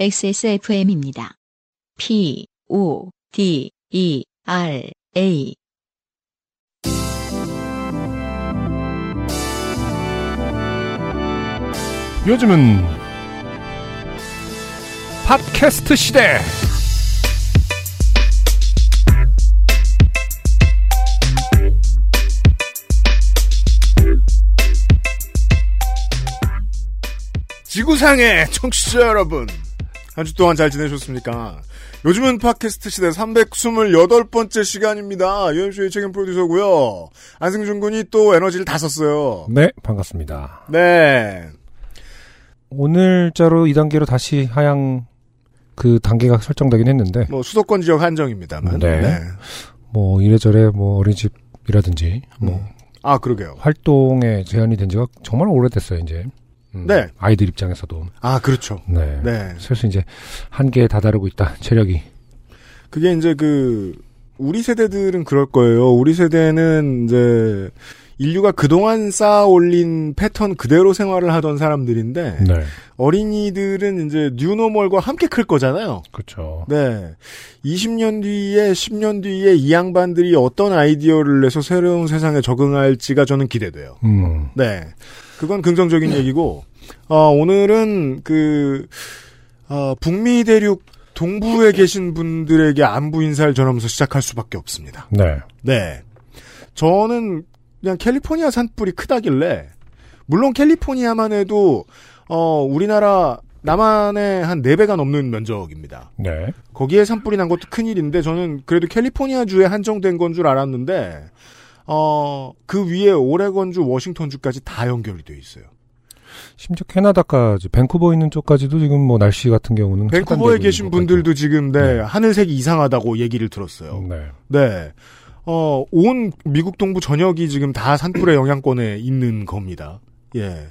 XSFM입니다. P, O, D, E, R, A. 요즘은 팟캐스트 시대. 지구상의 청취자 여러분. 한 주 동안 잘 지내셨습니까? 요즘은 팟캐스트 시대 328번째 시간입니다. 유엠쇼의 책임 프로듀서고요 안승준 군이 또 에너지를 다 썼어요. 네, 반갑습니다. 네. 오늘자로 2단계로 다시 하향 그 단계가 설정되긴 했는데 뭐 수도권 지역 한정입니다만. 네. 뭐 이래저래 뭐 어린이집이라든지 뭐 음. 아, 그러게요. 활동에 제한이 된 지가 정말 오래됐어요, 이제. 음, 네. 아이들 입장에서도. 아, 그렇죠. 네. 네. 슬슬 이제 한계에 다다르고 있다. 체력이. 그게 이제 그 우리 세대들은 그럴 거예요. 우리 세대는 이제 인류가 그동안 쌓아 올린 패턴 그대로 생활을 하던 사람들인데 네. 어린이들은 이제 뉴노멀과 함께 클 거잖아요. 그렇죠. 네. 20년 뒤에 10년 뒤에 이 양반들이 어떤 아이디어를 내서 새로운 세상에 적응할지가 저는 기대돼요. 음. 네. 그건 긍정적인 얘기고, 어, 오늘은 그, 어, 북미 대륙 동부에 계신 분들에게 안부 인사를 전하면서 시작할 수밖에 없습니다. 네. 네. 저는 그냥 캘리포니아 산불이 크다길래, 물론 캘리포니아만 해도, 어, 우리나라 남한의 한 4배가 넘는 면적입니다. 네. 거기에 산불이 난 것도 큰일인데, 저는 그래도 캘리포니아주에 한정된 건 줄 알았는데, 어, 그 위에 오레건주, 워싱턴주까지 다 연결이 돼 있어요. 심지어 캐나다까지 밴쿠버 있는 쪽까지도 지금 뭐 날씨 같은 경우는 밴쿠버에 차단되고 계신 있는 것 분들도 지금 네, 네. 하늘색이 이상하다고 얘기를 같아요. 들었어요. 네. 네. 어, 온 미국 동부 전역이 지금 다 산불의 영향권에 있는 겁니다. 예.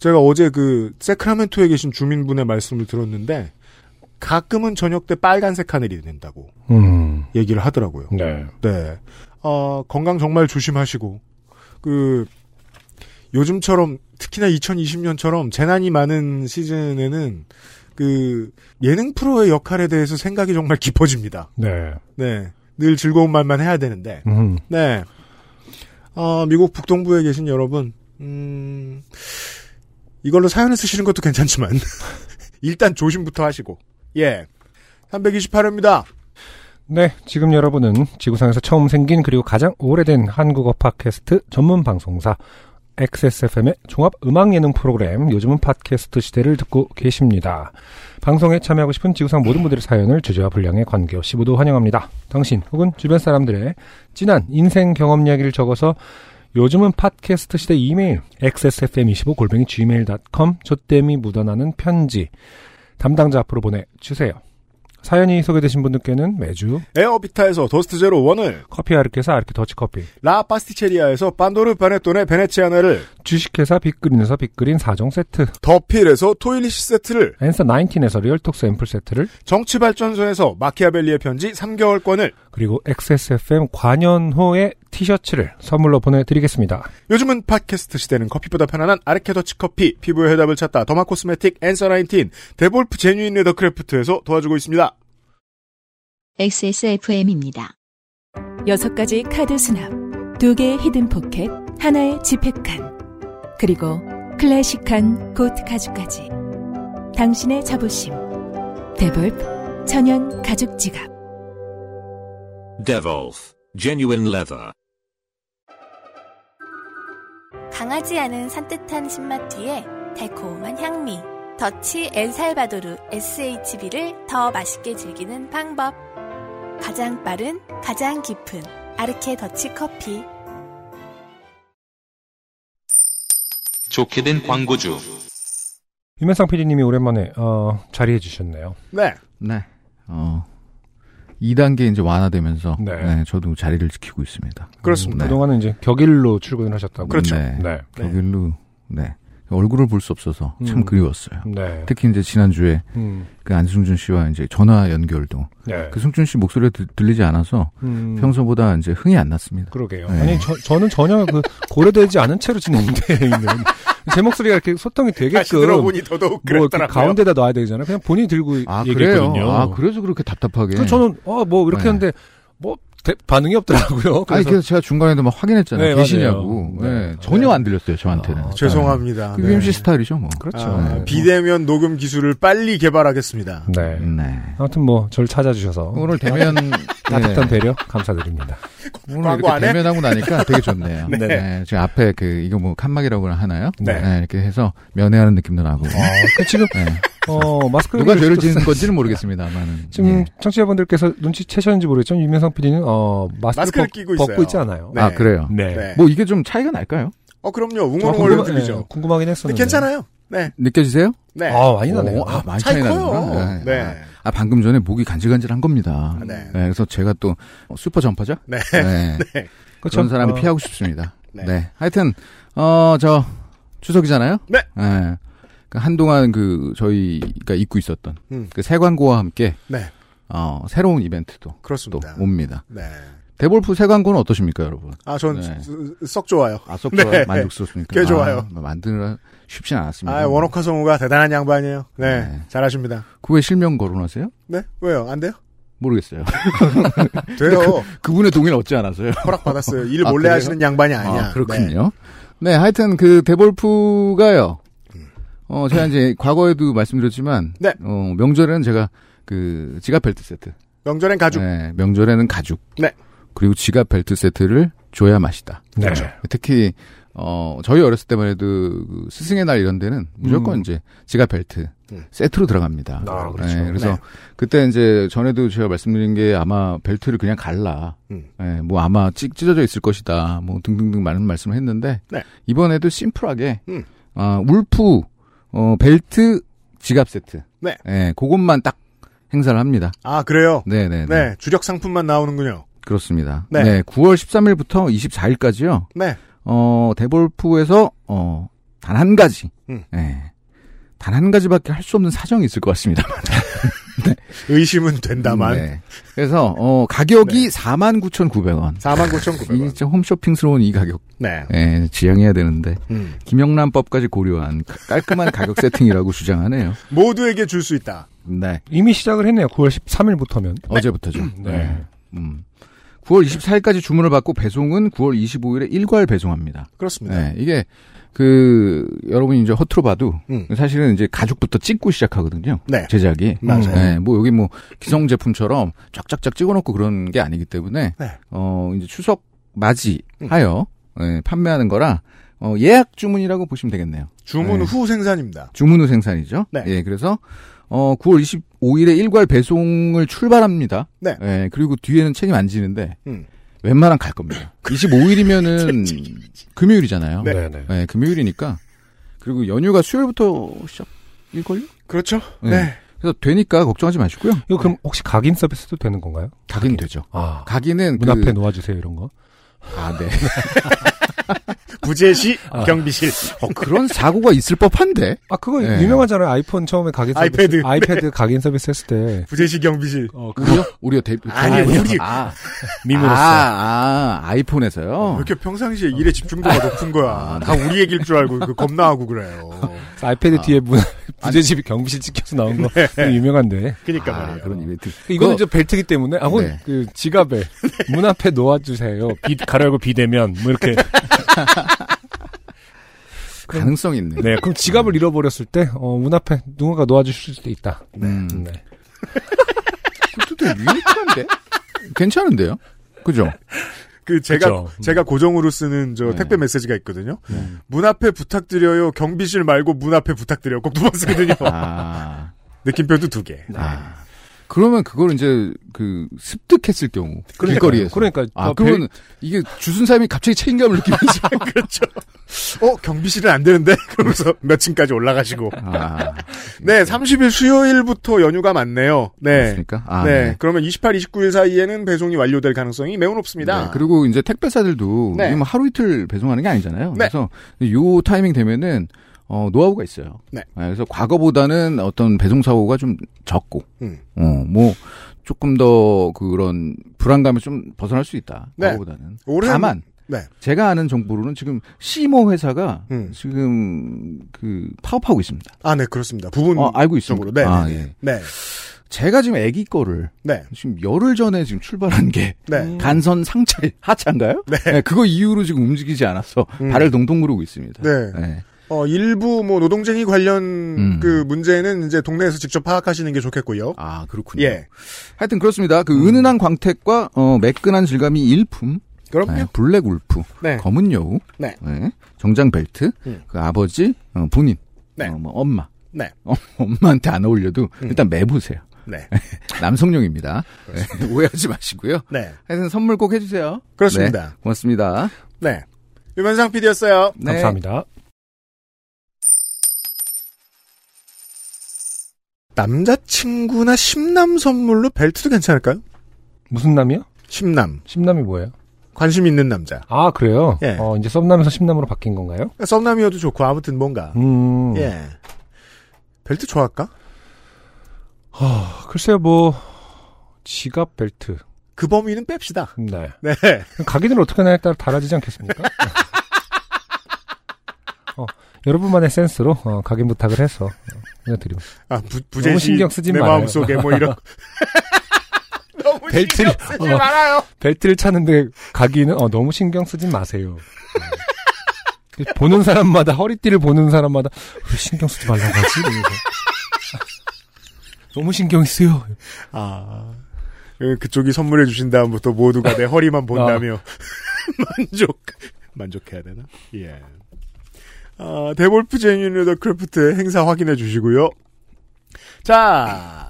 제가 어제 그 세크라멘토에 계신 주민분의 말씀을 들었는데 가끔은 저녁 때 빨간색 하늘이 된다고 음. 얘기를 하더라고요. 네. 네. 어, 건강 정말 조심하시고, 그, 요즘처럼, 특히나 2020년처럼 재난이 많은 시즌에는, 그, 예능 프로의 역할에 대해서 생각이 정말 깊어집니다. 네. 네. 늘 즐거운 말만 해야 되는데, 음. 네. 어, 미국 북동부에 계신 여러분, 음, 이걸로 사연을 쓰시는 것도 괜찮지만, 일단 조심부터 하시고, 예. 328회입니다. 네, 지금 여러분은 지구상에서 처음 생긴 그리고 가장 오래된 한국어 팟캐스트 전문 방송사 XSFM의 종합 음악 예능 프로그램 요즘은 팟캐스트 시대를 듣고 계십니다. 방송에 참여하고 싶은 지구상 모든 분들의 사연을 주제와 분량에 관계없이 모두 환영합니다. 당신 혹은 주변 사람들의 진한 인생 경험 이야기를 적어서 요즘은 팟캐스트 시대 이메일 xsfm25골뱅이 gmail.com 조땜이 묻어나는 편지 담당자 앞으로 보내주세요. 사연이 소개되신 분들께는 매주 에어비타에서 더스트 제로 원을, 커피 아르케사 아르케 더치 커피 라 파스티체리아에서 반도르 바네톤의 베네치아나를 주식회사 빅그린에서 빅그린 4종 세트 더필에서 토일리시 세트를 앤서 19에서 리얼톡스 앰플 세트를 정치발전소에서 마키아벨리의 편지 3개월권을 그리고 XSFM 관현호의 티셔츠를 선물로 보내드리겠습니다. 요즘은 팟캐스트 시대는 커피보다 편안한 아르케더치 커피 피부의 해답을 찾다 더마코스메틱 앤서 19 데볼프 제뉴인 레더크래프트에서 도와주고 있습니다 XSFM입니다. 여섯 가지 카드 수납, 두 개의 히든 포켓, 하나의 지폐칸, 그리고 클래식한 고트 가죽까지. 당신의 자부심. 데볼프 천연 가죽 지갑. Devolf, genuine leather. 강하지 않은 산뜻한 신맛 뒤에 달콤한 향미. 더치 엘살바도르 SHB를 더 맛있게 즐기는 방법. 가장 빠른, 가장 깊은 아르케 더치 커피. 좋게 된 광고주. 유면상 PD님이 오랜만에 어, 자리해 주셨네요. 네 네. 어. 2단계 이제 완화되면서 네. 네. 저도 자리를 지키고 있습니다. 그렇습니다 네. 그동안은 이제 격일로 출근을 하셨다고. 그렇죠. 네. 네. 네. 거길로 네. 얼굴을 볼 수 없어서 참 음. 그리웠어요. 네. 특히 이제 지난주에 음. 그 안승준 씨와 이제 전화 연결도 네. 그 승준 씨 목소리가 들- 들리지 않아서 음. 평소보다 이제 흥이 안 났습니다. 그러게요. 네. 아니 저, 저는 전혀 그 고려되지 않은 채로 진행돼 있는 제 목소리가 이렇게 소통이 다시 되게끔 뭐 들어보니 더더욱 이렇게 그랬더라고요. 가운데다 놔야 되잖아요. 그냥 본인이 들고 아 그래요? 얘기했거든요. 아 그래서 그렇게 답답하게. 그래서 저는 어 뭐 이렇게 네. 하는데 뭐 대- 반응이 없더라고요. 아니 그래서 그래서 제가 중간에도 막 확인했잖아요. 네, 계시냐고. 맞아요. 네, 네. 전혀 안 들렸어요 저한테는. 아, 죄송합니다. 그 네. UMC 스타일이죠 뭐. 그렇죠. 아, 네. 비대면 녹음 기술을 빨리 개발하겠습니다. 네. 네. 아무튼 뭐 절 찾아주셔서 오늘 대면 따뜻한 네. 배려 감사드립니다. 오늘 광고 이렇게 안 해? 대면하고 나니까 되게 좋네요. 네. 네. 지금 앞에 그 이거 뭐 칸막이라고 하나요? 네. 이렇게 해서 면회하는 느낌도 나고. 그 지금 네. 어 마스크 누가 얘기를 죄를 또 지은 썼- 건지는 예. 모르겠습니다만. 지금 청취자분들께서 눈치채셨는지 모르겠지만 유명상 PD는 어 마스크를, 마스크를 벗- 끼고 벗고 있어요. 있지 않아요. 네. 아 그래요. 네. 네. 뭐 아, 이게 좀 차이가 날까요? 어 그럼요. 저 웅얼웅얼 궁금하, 들리죠. 네, 궁금하긴 근데 했었는데 괜찮아요. 네. 느껴지세요? 네. 아 많이 나네요. 오, 아 많이 차이 차이 커요. 나는구나. 네. 아, 아, 방금 전에 목이 간질간질한 겁니다. 네. 그래서 제가 또 어, 슈퍼 전파자 네. 네. 그렇죠? 그런 사람이 어, 피하고 싶습니다. 네. 네. 하여튼 어 저 추석이잖아요. 네. 그 한동안 그 저희가 잊고 있었던 음. 그 새 광고와 함께 네. 어 새로운 이벤트도 또 그렇습니다. 옵니다. 네. 데볼프 새 광고는 어떠십니까, 여러분? 아, 전 네. 쓰- 썩 좋아요. 아속 네. 좋아요, 만족스럽습니까? 꽤 아, 좋아요. 만드느라 쉽진 않았습니다. 아, 원오카 성우가 대단한 양반이에요. 네. 네. 잘하십니다. 그왜 실명 거론하세요? 네? 왜요? 안 돼요? 모르겠어요. 돼요. 네, 그분의 동의를 얻지 않았어요. 허락받았어요. 일 아, 몰래 그래요? 하시는 양반이 아니야. 아, 그렇군요. 네. 하여튼 그 데볼프가요. 어, 제가 이제 과거에도 말씀드렸지만, 음. 네. 어, 명절에는 제가 그 지갑 벨트 세트, 네. 명절엔 가죽. 네, 명절에는 가죽, 네. 그리고 지갑 벨트 세트를 줘야 맛있다. 네. 특히 어, 저희 어렸을 때만 해도 그 스승의 날 이런 데는 무조건 음. 이제 지갑 벨트 음. 세트로 들어갑니다. 아, 그렇죠. 그래서 네. 그때 이제 전에도 제가 말씀드린 게 아마 벨트를 그냥 갈라. 음. 예, 뭐 아마 찢, 찢어져 있을 것이다. 뭐 등등등 많은 말씀을 했는데 네. 이번에도 심플하게 음. 아, 울프 어, 벨트 지갑 세트. 네. 예, 그것만 딱 행사를 합니다. 아, 그래요? 네, 네, 네. 주력 상품만 나오는군요. 그렇습니다. 네. 9월 13일부터 24일까지요. 네. 어, 데볼프에서, 어, 단 한 가지. 예. 음. 단 한 가지밖에 할 수 없는 사정이 있을 것 같습니다. 의심은 된다만. 네. 네. 그래서, 어, 가격이 49,900원. 49,900원. 진짜 홈쇼핑스러운 이 가격. 네. 예, 지양해야 되는데. 음. 김영란법까지 고려한 깔끔한 가격 세팅이라고 주장하네요. 모두에게 줄 수 있다. 네. 이미 시작을 했네요. 9월 13일부터면. 어제부터죠. 네. 음. 9월 24일까지 주문을 받고 배송은 9월 25일에 일괄 배송합니다. 그렇습니다. 네, 이게 그 여러분이 이제 허투루 봐도 음. 사실은 이제 가죽부터 찍고 시작하거든요. 네. 제작이. 맞아요. 네, 뭐 여기 뭐 기성 제품처럼 쫙쫙쫙 찍어놓고 그런 게 아니기 때문에 네. 어 이제 추석 맞이하여 예, 판매하는 거라 어, 예약 주문이라고 보시면 되겠네요. 주문 네. 후 생산입니다. 주문 후 생산이죠. 네. 예, 그래서 어 9월 25일에 일괄 배송을 출발합니다. 네. 예, 그리고 뒤에는 책임 안 지는데 음. 그 웬만하면 갈 겁니다. 25일이면은 금요일이잖아요. 네. 네. 네, 금요일이니까. 그리고 연휴가 수요일부터 시작일걸요? 그렇죠? 네. 네. 그래서 되니까 걱정하지 마시고요. 이거 그럼 혹시 각인 서비스도 되는 건가요? 각인 되죠. 네. 아. 각인은 문 그, 앞에 놓아주세요 이런 거. 아, 네. 부재시 경비실. 어, 그런 사고가 있을 법한데. 아 그거 네. 유명하잖아요. 아이폰 처음에 각인 서비스, 아이패드. 아이패드 각인 서비스 했을 때. 부재시 경비실. 어, 그 우리요? 우리요 대 아니, 우리. 아, 밈으로써. 아, 아, 어, 왜 아이폰에서요. 이렇게 평상시에 일에 집중도가 높은 거야. 다 우리 얘기일 줄 알고 그 겁나하고 그래요. 아이패드 아. 뒤에 문 부재집이 경비실 찍혀서 나온 네. 거 되게 유명한데. 그니까 아, 그러니까 말이에요. 그런 이벤트. 이거는 그거- 이제 벨트기 때문에 아, 혹은 네. 그 지갑에 문 앞에 놓아주세요. 비 가려고 비대면 뭐 이렇게. 가능성이 있네. 네. 그럼 지갑을 잃어버렸을 때 문 앞에 누군가 놓아주실 수도 있다. 음, 네. 그것도 되게 유익한데? 괜찮은데요? 그죠? 그 제가 그쵸. 제가 고정으로 쓰는 저 네. 택배 메시지가 있거든요. 문 앞에 부탁드려요. 경비실 말고 문 앞에 부탁드려요. 꼭 두 번 쓰거든요. 어. 아, 느낌표도 두 개. 아. 그러면 그걸 이제 그 습득했을 경우 그러니까요. 길거리에서 그러니까 아 어, 그러면 이게 주순 사람이 갑자기 책임감을 느끼면서 그렇죠. 어 경비실은 안 되는데 그러면서 몇 층까지 올라가시고. 아, 네, 30일 수요일부터 연휴가 많네요. 네. 그렇습니까? 아, 네. 네. 그러면 28, 29일 사이에는 배송이 완료될 가능성이 매우 높습니다. 네, 그리고 이제 택배사들도 네. 이게 뭐 하루 이틀 배송하는 게 아니잖아요. 네. 그래서 요 타이밍 되면은 어, 노하우가 있어요. 네. 그래서 과거보다는 어떤 배송 사고가 좀 적고, 음. 어, 뭐 조금 더 그런 불안감을 좀 벗어날 수 있다. 네. 과거보다는. 올해는- 다만 네. 제가 아는 정보로는 지금 시모 회사가 음. 지금 그 파업하고 있습니다. 아, 네, 그렇습니다. 부분. 어, 알고 있습니다. 적으로. 네. 아, 네. 예. 네. 제가 지금 아기 거를 네. 지금 열흘 전에 지금 출발한 게 네. 간선 상차 하차인가요? 네. 네, 그거 이후로 지금 움직이지 않아서 음. 발을 동동 구르고 있습니다. 네. 네. 어, 일부 뭐 노동쟁이 관련 음. 그 문제는 이제 동네에서 직접 파악하시는 게 좋겠고요. 음. 아 그렇군요. 예. 하여튼 그렇습니다. 그 은은한 광택과 어, 매끈한 질감이 일품, 네, 그럼요. 블랙 울프, 네. 검은 여우, 네. 정장 벨트, 음. 그 아버지, 어, 본인, 네. 어, 뭐 엄마. 네. 음. 어, 엄마한테 안 어울려도 일단 매보세요. 네. 남성용입니다. 네, 오해하지 마시고요. 네. 하여튼 선물 꼭 해주세요. 그렇습니다. 네, 고맙습니다. 네. 유면상 PD였어요. 네. 감사합니다. 남자친구나 심남 선물로 벨트도 괜찮을까요? 무슨 남이요? 심남. 심남이 뭐예요? 관심 있는 남자. 아 그래요? 예. 어, 이제 썸남에서 심남으로 바뀐 건가요? 썸남이어도 좋고 아무튼 뭔가. 음. 예. 벨트 좋아할까? 아, 글쎄요 뭐 지갑 벨트. 그 범위는 뺍시다. 네. 네. 각인을 어떻게 하냐에 따라 달라지지 않겠습니까? 네. 어, 여러분만의 센스로 어, 각인 부탁을 해서 어, 해드리고 아, 부, 부재시. 너무 신경 쓰지 내 말아요. 마음속에 뭐 이런. 너무 벨트를- 신경 쓰지 어. 말아요. 벨트를 차는데 각인은 어, 너무 신경 쓰지 마세요. 어. 보는 사람마다 허리띠를 보는 사람마다 왜 신경 쓰지 말라고 하지? 이러면서. 너무 신경 쓰여. 아. 예, 그쪽이 선물해 주신 다음부터 모두가 내 어. 허리만 본다며 만족 만족해야 되나? 예. 아, 데볼프 제뉴 더 크래프트 행사 확인해 주시고요. 자.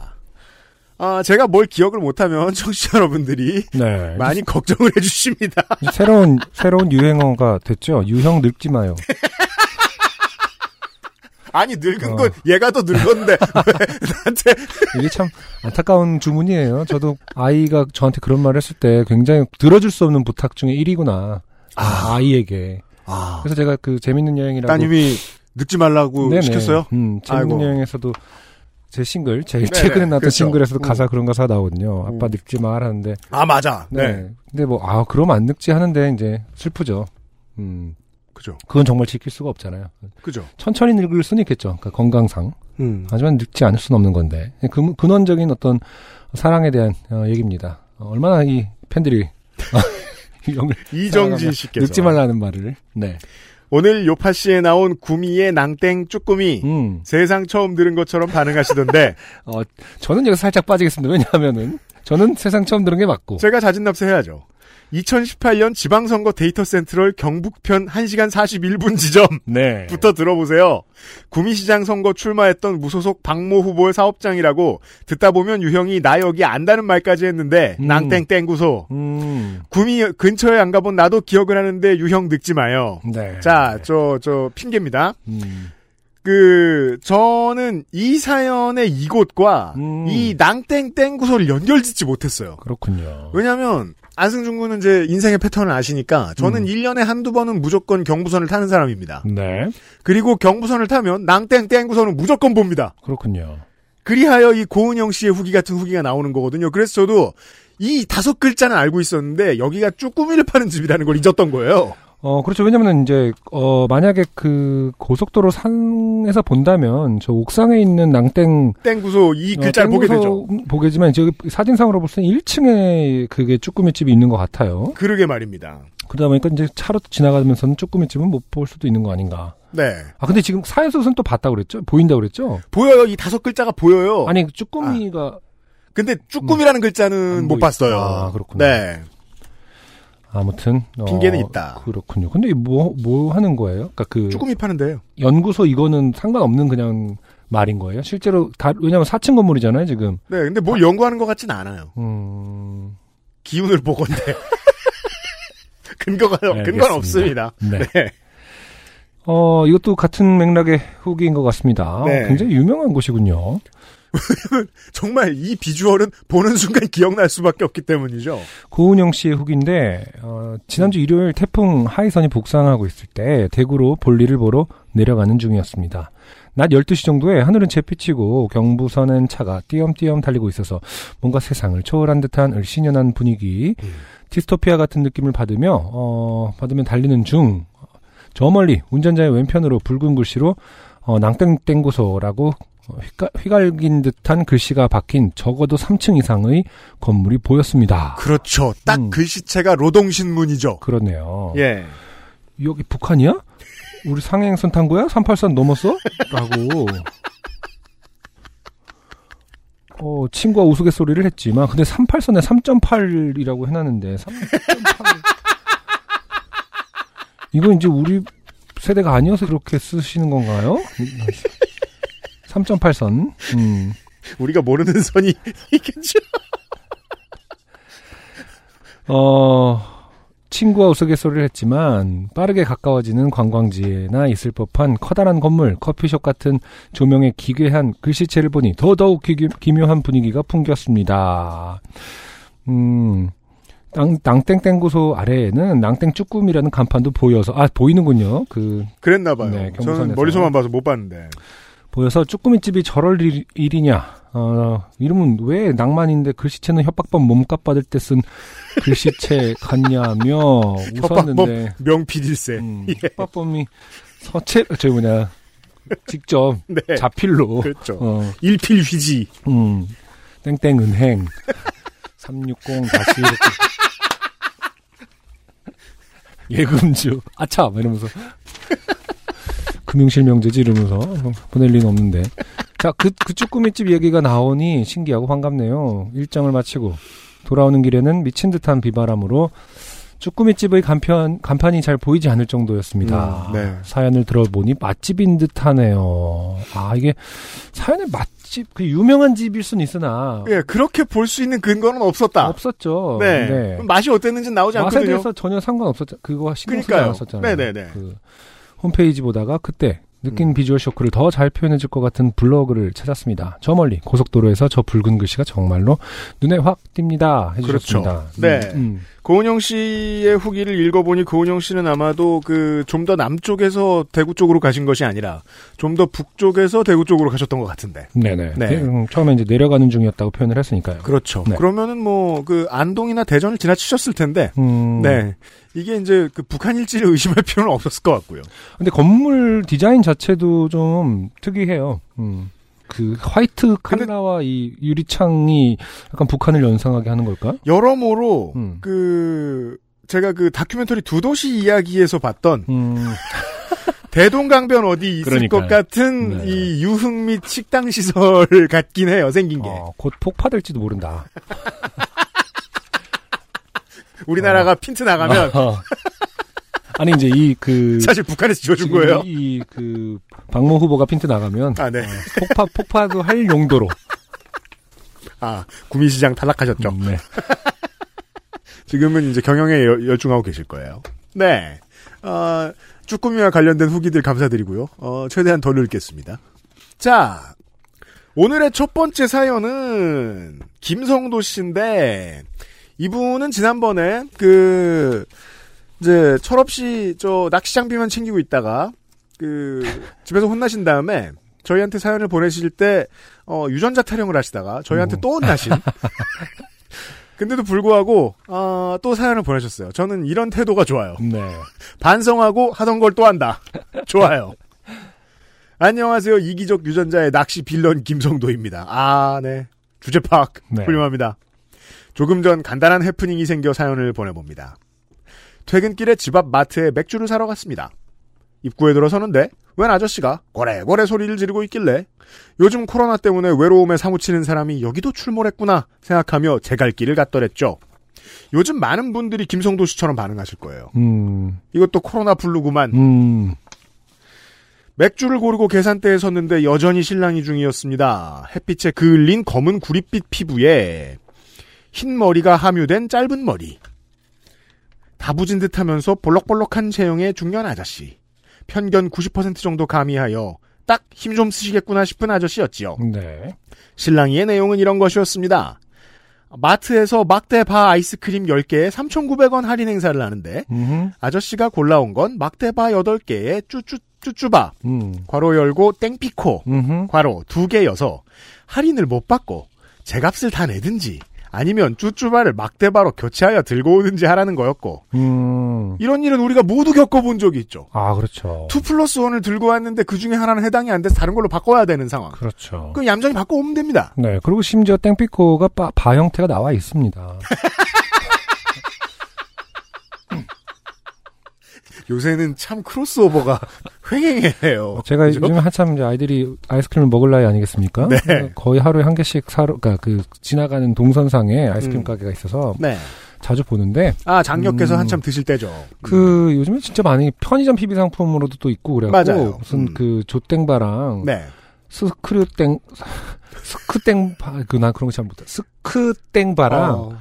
아, 제가 뭘 기억을 못하면 청취자 여러분들이 네. 많이 걱정을 해주십니다. 이제 새로운 새로운 유행어가 됐죠. 유형 늙지 마요. 아니, 늙은 어. 건 얘가 더 늙었는데, 왜 나한테. 이게 참 안타까운 주문이에요. 저도 아이가 저한테 그런 말을 했을 때 굉장히 들어줄 수 없는 부탁 중에 1위구나. 아. 이에게 아, 그래서 제가 그 재밌는 여행이라고 따님이 늙지 말라고 네네. 시켰어요? 음, 재밌는 아이고. 여행에서도 제 싱글, 제일 네네, 최근에 나왔던 그렇죠. 싱글에서도 음. 가사 그런 가사 나오거든요. 아빠 음. 늙지 마 하는데 아, 맞아. 네. 네. 근데 뭐 아, 그럼 안 늙지 하는데 이제 슬프죠. 음. 그죠. 그건 정말 지킬 수가 없잖아요. 그죠. 천천히 늙을 수는 있겠죠. 그러니까 건강상. 음. 하지만 늙지 않을 수는 없는 건데 근- 근원적인 어떤 사랑에 대한 어, 얘기입니다. 어, 얼마나 이 팬들이 이런 걸 이정진 씨께서. 늙지 말라는 말을 네, 오늘 요파씨에 나온 구미의 낭땡 쭈꾸미. 음, 세상 처음 들은 것처럼 반응하시던데 어, 저는 여기서 살짝 빠지겠습니다. 왜냐하면은 저는 세상 처음 들은 게 맞고 제가 자진납세해야죠. 2018년 지방선거 데이터 센트럴 경북편 1시간 41분 예. 지점부터 네, 들어보세요. 구미시장 선거 출마했던 무소속 박모 후보의 사업장이라고 듣다 보면 유형이 나 여기 안다는 말까지 했는데 음. 낭땡땡구소 음, 구미 근처에 안 가본 나도 기억을 하는데 유형 늙지 마요. 네, 자, 저, 저, 핑계입니다. 음, 그, 저는 이 사연의 이곳과 음. 이 낭땡땡 구소를 연결짓지 못했어요. 그렇군요. 왜냐면, 하 안승준 군은 이제 인생의 패턴을 아시니까, 저는 음. 1년에 한두 번은 무조건 경부선을 타는 사람입니다. 네, 그리고 경부선을 타면 낭땡땡 구소는 무조건 봅니다. 그렇군요. 그리하여 이 고은영 씨의 후기 같은 후기가 나오는 거거든요. 그래서 저도 이 다섯 글자는 알고 있었는데, 여기가 쭈꾸미를 파는 집이라는 걸 잊었던 거예요. 어, 그렇죠. 왜냐면은 이제, 어, 만약에 그 고속도로 상에서 본다면 저 옥상에 있는 낭땡 땡구소 이 어, 글자를 보게 되죠. 땡구소 보게지만 저기 사진상으로 볼 때는 1층에 그게 쭈꾸미집이 있는 것 같아요. 그러게 말입니다. 그러다 보니까 이제 차로 지나가면서는 쭈꾸미집은 못 볼 수도 있는 거 아닌가. 네. 아 근데 지금 사연속은 또 봤다 고 그랬죠? 보인다 고 그랬죠? 보여요. 이 다섯 글자가 보여요. 아니 그 쭈꾸미가 근데 쭈꾸미라는 글자는 안 못 보이- 봤어요. 아, 그렇구나. 네. 아무튼 어, 핑계는 있다. 그렇군요. 근데 뭐 뭐 하는 거예요? 그러니까 그 쭈꾸미 파는데요. 연구소 이거는 상관없는 그냥 말인 거예요? 실제로 다 왜냐면 4층 건물이잖아요 지금. 네. 근데 뭘 연구하는 것 같진 않아요. 음, 기운을 보건데. 근거가, 근거는 네, 알겠습니다. 아, 없습니다. 네. 네. 어, 이것도 같은 맥락의 후기인 것 같습니다. 네. 굉장히 유명한 곳이군요. 정말 이 비주얼은 보는 순간 기억날 수밖에 없기 때문이죠. 고은영 씨의 후기인데 어, 지난주 일요일 태풍 하이선이 북상하고 있을 때 대구로 볼일을 보러 내려가는 중이었습니다. 낮 12시 정도에 하늘은 잿빛이고 경부선엔 차가 띄엄띄엄 달리고 있어서 뭔가 세상을 초월한 듯한 을신연한 분위기, 디스토피아 같은 느낌을 받으며 어, 받으면 달리는 중 저 멀리 운전자의 왼편으로 붉은 글씨로 어, 낭땡땡고소라고 어, 휘가- 휘갈긴 듯한 글씨가 박힌 적어도 3층 이상의 건물이 보였습니다. 그렇죠. 딱 음. 어. 글씨체가 노동신문이죠. 그러네요. 예. 여기 북한이야? 우리 상해행선 탄 거야? 38선 넘었어? 라고. 어, 친구가 우스갯소리를 했지만, 근데 38선에 3.8이라고 해놨는데, 3.8. 이건 이제 우리 세대가 아니어서 그렇게 쓰시는 건가요? 3.8선. 음. 우리가 모르는 선이 있겠죠. 어, 친구와 우스갯소리를 했지만 빠르게 가까워지는 관광지나 있을 법한 커다란 건물, 커피숍 같은 조명의 기괴한 글씨체를 보니 더더욱 기, 기묘한 분위기가 풍겼습니다. 음, 땅, 낭땡땡구소 아래에는 낭땡쭈꾸미라는 간판도 보여서, 아, 보이는군요. 그, 그랬나 봐요. 네, 저는 경부선에서. 머리서만 봐서 못 봤는데. 보여서 쭈꾸미집이 저럴 일, 일이냐. 어, 이름은 왜 낭만인데 글씨체는 협박범 몸값 받을 때 쓴 글씨체 같냐며 협박범 웃었는데 명필일세. 음, 협박범이 서체 저 뭐냐 직접 네. 자필로 그렇죠. 어, 일필휘지. 음, 땡땡 은행 360 다시 이렇게 예금주 아차 막 이러면서 금융실명제지 이러면서 보낼 리는 없는데 자그 그 쭈꾸미집 얘기가 나오니 신기하고 반갑네요 일정을 마치고 돌아오는 길에는 미친 듯한 비바람으로 쭈꾸미집의 간편 간판이 잘 보이지 않을 정도였습니다 음, 네. 사연을 들어보니 맛집인 듯하네요 아 이게 사연에 맛집 그 유명한 집일 순 있으나 예, 그렇게 볼 수 있는 근거는 없었다. 어. 없었죠 네. 그럼 맛이 어땠는지 나오지 맛에 않거든요. 대해서 전혀 상관없었죠. 그거 신경 쓰지 그러니까요. 않았었잖아요. 네네네. 음. 그 홈페이지 보다가 그때 느낀 비주얼 쇼크를 더 잘 표현해줄 것 같은 블로그를 찾았습니다. 저 멀리 고속도로에서 저 붉은 글씨가 정말로 눈에 확 띕니다. 해주셨습니다. 그렇죠. 네. 음, 고은영 씨의 후기를 읽어보니 고은영 씨는 아마도 그 좀 더 남쪽에서 대구 쪽으로 가신 것이 아니라 좀 더 북쪽에서 대구 쪽으로 가셨던 것 같은데. 음. 네네. 네. 음, 처음에 이제 내려가는 중이었다고 표현을 했으니까요. 그렇죠. 네. 그러면은 뭐 그 안동이나 대전을 지나치셨을 텐데. 음, 네. 이게 이제 그 북한 일지를 의심할 필요는 없었을 것 같고요. 근데 건물 디자인 자체도 좀 특이해요. 음. 그 화이트 근데- 칼라와 이 유리창이 약간 북한을 연상하게 하는 걸까? 여러모로 음. 그 제가 그 다큐멘터리 두 도시 이야기에서 봤던 음. 대동강변 어디 있을 그러니까요. 것 같은 네. 이 유흥 및 식당 시설 같긴 해요 생긴 게 어, 곧 폭파될지도 모른다. 어. 우리나라가 핀트 나가면 아, 아니 이제 이 그 사실 북한에서 지어준 거예요. 이그 박모 후보가 핀트 나가면 어, 아 네. 폭파 폭파도 할 용도로. 아 구미시장 탈락하셨죠. 음, 네. 지금은 이제 경영에 여- 열중하고 계실 거예요. 네. 어, 쭈꾸미와 관련된 후기들 감사드리고요. 어, 최대한 덜 읽겠습니다. 자, 오늘의 첫 번째 사연은 김성도 씨인데 이분은 지난번에 그 이제 철없이 저 낚시 장비만 챙기고 있다가 그 집에서 혼나신 다음에 저희한테 사연을 보내실 때 어, 유전자 타령을 하시다가 저희한테 또 혼나신 근데도 불구하고 아, 또 사연을 보내셨어요. 저는 이런 태도가 좋아요. 네. 반성하고 하던 걸 또 한다. 좋아요. 안녕하세요. 이기적 유전자의 낚시 빌런 김성도입니다. 아, 네. 주제 파악. 네. 훌륭합니다. 조금 전 간단한 해프닝이 생겨 사연을 보내봅니다. 퇴근길에 집 앞 마트에 맥주를 사러 갔습니다. 입구에 들어서는데 웬 아저씨가 고래고래 소리를 지르고 있길래 요즘 코로나 때문에 외로움에 사무치는 사람이 여기도 출몰했구나 생각하며 제 갈 길을 갔더랬죠. 요즘 많은 분들이 김성도 씨처럼 반응하실 거예요. 음. 이것도 코로나 블루구만. 음. 맥주를 고르고 계산대에 섰는데 여전히 신랑이 중이었습니다. 햇빛에 그을린 검은 구릿빛 피부에 흰 머리가 함유된 짧은 머리. 다부진 듯하면서 볼록볼록한 체형의 중년 아저씨. 편견 90% 정도 가미하여 딱 힘 좀 쓰시겠구나 싶은 아저씨였지요. 네. 신랑이의 내용은 이런 것이었습니다. 마트에서 막대바 아이스크림 10개에 3,900원 할인 행사를 하는데 음. 아저씨가 골라온 건 막대바 8개에 쭈쭈 쭈쭈바 음. 괄호 열고 땡피코 음. 괄호 두 개여서 할인을 못 받고 제 값을 다 내든지 아니면 쭈쭈바를 막대바로 교체하여 들고 오든지 하라는 거였고 음. 이런 일은 우리가 모두 겪어본 적이 있죠. 아, 그렇죠. 2 플러스 1을 들고 왔는데 그 중에 하나는 해당이 안 돼서 다른 걸로 바꿔야 되는 상황. 그렇죠. 그럼 얌전히 바꿔오면 됩니다. 네. 그리고 심지어 땡피코가 바, 바 형태가 나와 있습니다. 요새는 참 크로스오버가 횡행해요. 제가 그죠? 요즘 한참 이제 아이들이 아이스크림을 먹을 나이 아니겠습니까? 네. 거의 하루에 한 개씩 사러, 그러니까 그 지나가는 동선상에 아이스크림 음. 가게가 있어서 네. 자주 보는데 아, 장녀께서 음. 한참 드실 때죠. 그 요즘에 진짜 많이 편의점 PB 상품으로도 또 있고 그래갖고 맞아요. 무슨 음. 그 조땡바랑 네. 스크류땡 스크땡바 그 난 그런 거 잘 못해 스크땡바랑 어,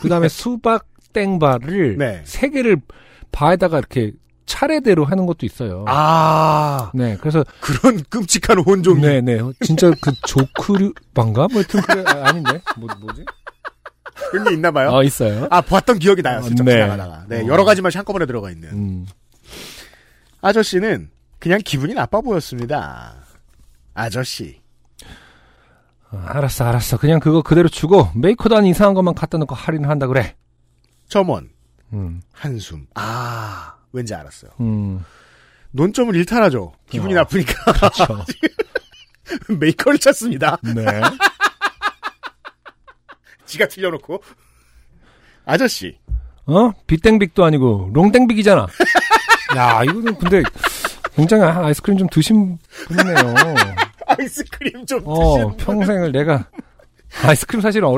그다음에 수박땡바를 네. 세 개를 바에다가 이렇게 차례대로 하는 것도 있어요. 아, 네, 그래서 그런 끔찍한 혼종이. 네, 네, 진짜 그 조크류 반가 뭐 하여튼 그래 아, 아닌데 뭐 뭐지? 그런 게 있나 봐요. 아 있어요. 아, 봤던 기억이 나요. 어, 슬쩍 네. 지나가다가. 네, 어. 여러 가지 맛이 한꺼번에 들어가 있는. 음, 아저씨는 그냥 기분이 나빠 보였습니다. 아저씨. 아, 알았어, 알았어. 그냥 그거 그대로 주고 메이커도 아닌 이상한 것만 갖다 놓고 할인한다 그래. 점원. 음, 한숨. 아, 왠지 알았어요. 음, 논점을 일탈하죠. 기분이 어. 나쁘니까 그렇죠. 메이커를 찾습니다. 네. 지가 틀려놓고. 아저씨. 어? 빅땡빅도 아니고 롱땡빅이잖아. 야, 이거는 근데 굉장히 아, 아이스크림 좀 드신 분이네요. 아이스크림 좀 드시는 어, 평생을 내가 아이스크림 사실 어,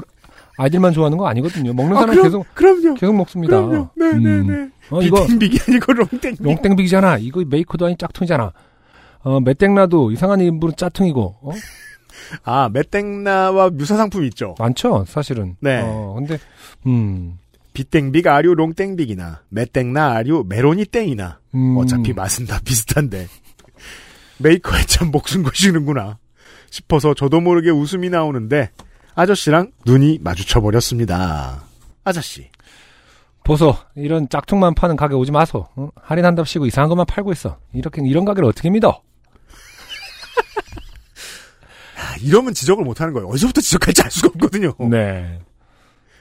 아이들만 좋아하는 거 아니거든요. 먹는 아, 사람 그럼, 계속 그럼요. 계속 먹습니다. 그럼요. 네, 네, 네. 어, 이거 비팅빅이 아니고 롱땡. 롱땡빅이잖아. 이거 메이커도 아닌 짝퉁이잖아. 어, 메땡나도 이상한 인물은 짜퉁이고 어? 아, 메땡나와 유사 상품 있죠. 많죠, 사실은. 네. 어, 근데 음. 비땡빅 아류 롱땡빅이나 메땡나 아류 메로니땡이나 음. 어차피 맛은 다 비슷한데 메이커에 참 목숨 거시는구나 싶어서 저도 모르게 웃음이 나오는데 아저씨랑 눈이 마주쳐 버렸습니다. 아저씨 보소 이런 짝퉁만 파는 가게 오지 마소 응? 할인한답시고 이상한 것만 팔고 있어 이렇게 이런 가게를 어떻게 믿어 아, 이러면 지적을 못하는 거예요. 어디서부터 지적할지 알 수가 없거든요. 네.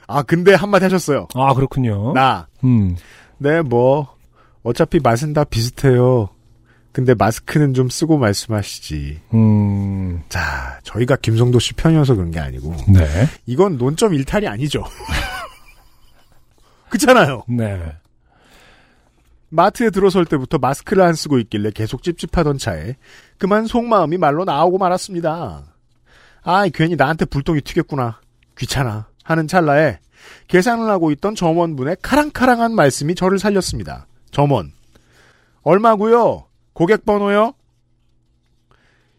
아 근데 한마디 하셨어요. 아 그렇군요. 나 음. 네, 뭐, 어차피 맛은 다 비슷해요. 근데 마스크는 좀 쓰고 말씀하시지. 음. 자, 저희가 김성도 씨 편이어서 그런 게 아니고, 네. 이건 논점 일탈이 아니죠. 그렇잖아요. 네. 마트에 들어설 때부터 마스크를 안 쓰고 있길래 계속 찝찝하던 차에 그만 속마음이 말로 나오고 말았습니다. 아, 괜히 나한테 불똥이 튀겠구나. 귀찮아. 하는 찰나에 계산을 하고 있던 점원분의 카랑카랑한 말씀이 저를 살렸습니다. 점원. 얼마고요? 고객 번호요?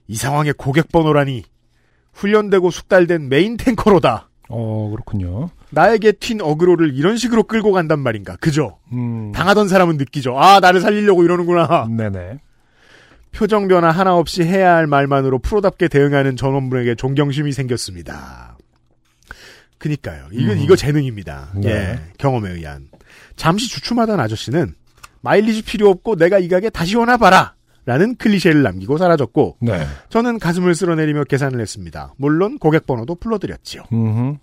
이 상황에 고객 번호라니. 훈련되고 숙달된 메인 탱커로다. 어 그렇군요. 나에게 튄 어그로를 이런 식으로 끌고 간단 말인가. 그죠? 음. 당하던 사람은 느끼죠. 아, 나를 살리려고 이러는구나. 네네. 표정 변화 하나 없이 해야 할 말만으로 프로답게 대응하는 전원분에게 존경심이 생겼습니다. 그니까요. 이건 이거 재능입니다. 네. 예, 경험에 의한. 잠시 주춤하던 아저씨는 마일리지 필요 없고 내가 이 가게 다시 오나 봐라. 라는 클리셰를 남기고 사라졌고 네. 저는 가슴을 쓸어내리며 계산을 했습니다. 물론 고객 번호도 불러드렸지요. 음.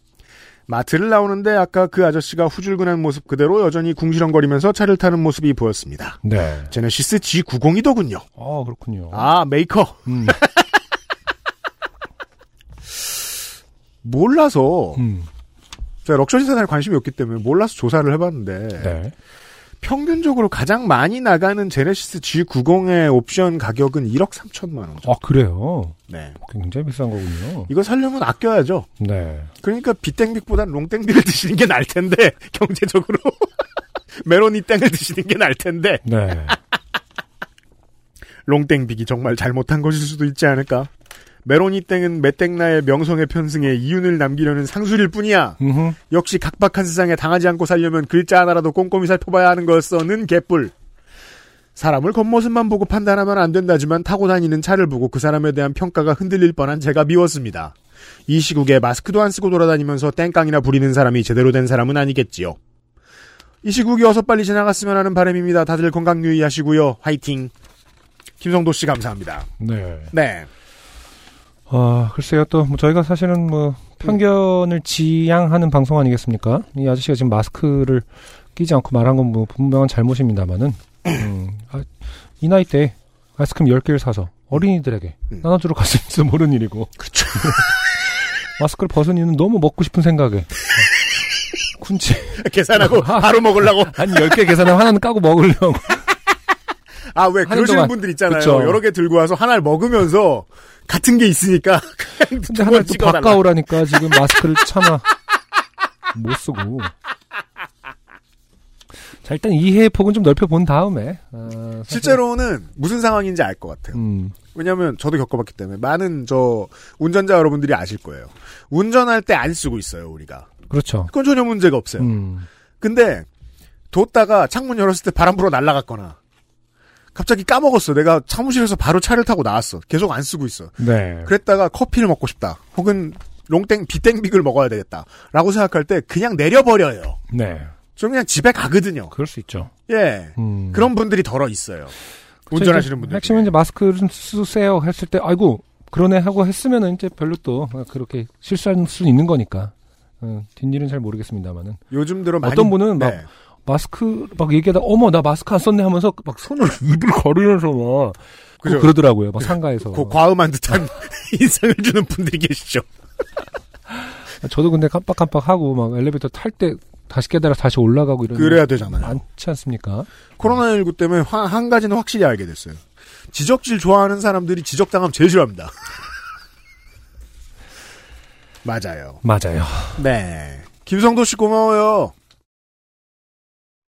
마트를 나오는데 아까 그 아저씨가 후줄근한 모습 그대로 여전히 궁시렁거리면서 차를 타는 모습이 보였습니다. 네. 제네시스 G90이더군요. 어 그렇군요. 아, 메이커. 음. 몰라서, 음. 제가 럭셔리 세상에 관심이 없기 때문에 몰라서 조사를 해봤는데, 네. 평균적으로 가장 많이 나가는 제네시스 G90의 옵션 가격은 1억 3천만 원. 아 그래요. 네. 굉장히 비싼 거군요. 이거 살려면 아껴야죠. 네. 그러니까 비땡빅보단 롱땡빅을 드시는 게 나을 텐데, 경제적으로. 메로니 땡을 드시는 게 나을 텐데, 네. 롱땡빅이 정말 잘못한 것일 수도 있지 않을까? 메로니 땡은 메땡나의 명성에 편승해 이윤을 남기려는 상술일 뿐이야. 음. 역시 각박한 세상에 당하지 않고 살려면 글자 하나라도 꼼꼼히 살펴봐야 하는 거였어는 개뿔. 사람을 겉모습만 보고 판단하면 안 된다지만 타고 다니는 차를 보고 그 사람에 대한 평가가 흔들릴 뻔한 제가 미웠습니다. 이 시국에 마스크도 안 쓰고 돌아다니면서 땡깡이나 부리는 사람이 제대로 된 사람은 아니겠지요. 이 시국이어서 빨리 지나갔으면 하는 바람입니다. 다들 건강 유의하시고요. 화이팅. 김성도 씨 감사합니다. 네. 네. 아, 글쎄요, 또, 뭐 저희가 사실은 뭐, 편견을 지향하는 방송 아니겠습니까? 이 아저씨가 지금 마스크를 끼지 않고 말한 건 뭐, 분명한 잘못입니다만은, 음, 아, 이 나이 때 아이스크림 10개를 사서 어린이들에게 음. 나눠주러 갔을지도 모르는 일이고. 그렇죠. 마스크를 벗은 이유는 너무 먹고 싶은 생각에. 어, 군침. 계산하고 바로 먹으려고. 한 10개 계산하면 하나는 까고 먹으려고. 아, 왜 하는 그러시는 동안. 분들 있잖아요. 그쵸. 여러 개 들고 와서 하나를 먹으면서 같은 게 있으니까 그냥 근데 두번 하나를 또 찍어달라. 바꿔오라니까 지금 마스크를 참아 못 쓰고. 자 일단 이해의 폭은 좀 넓혀본 다음에 아, 사실- 실제로는 무슨 상황인지 알 것 같아요. 음, 왜냐하면 저도 겪어봤기 때문에 많은 저 운전자 여러분들이 아실 거예요. 운전할 때 안 쓰고 있어요 우리가. 그렇죠. 그건 전혀 문제가 없어요. 음, 근데 뒀다가 창문 열었을 때 바람 불어 날아갔거나 갑자기 까먹었어. 내가 사무실에서 바로 차를 타고 나왔어. 계속 안 쓰고 있어. 네. 그랬다가 커피를 먹고 싶다. 혹은 롱땡 비땡빅을 먹어야 되겠다라고 생각할 때 그냥 내려버려요. 네. 좀 그냥 집에 가거든요. 그럴 수 있죠. 예. 음. 그런 분들이 덜어 있어요. 이제 운전하시는 분들. 핵심은 이제 마스크를 좀 쓰세요 했을 때 아이고 그러네 하고 했으면은 이제 별로 또 그렇게 실수할 수 있는 거니까. 어, 뒷일은 잘 모르겠습니다만은 요즘 들어 많이- 어떤 분은 막 네. 마스크 막 얘기하다 어머 나 마스크 안 썼네 하면서 막 손을 입을 거리면서 막 그죠. 그러더라고요막 상가에서. 그 과음한 아. 듯한 인상을 주는 분들이 계시죠. 저도 근데 깜빡깜빡하고 막 엘리베이터 탈 때 다시 깨달아 다시 올라가고 이런 그래야 일이 되잖아요. 많지 않습니까? 코로나19 때문에 화- 한 가지는 확실히 알게 됐어요. 지적질 좋아하는 사람들이 지적당하면 제일 싫어합니다. 맞아요. 맞아요. 네. 김성도 씨 고마워요.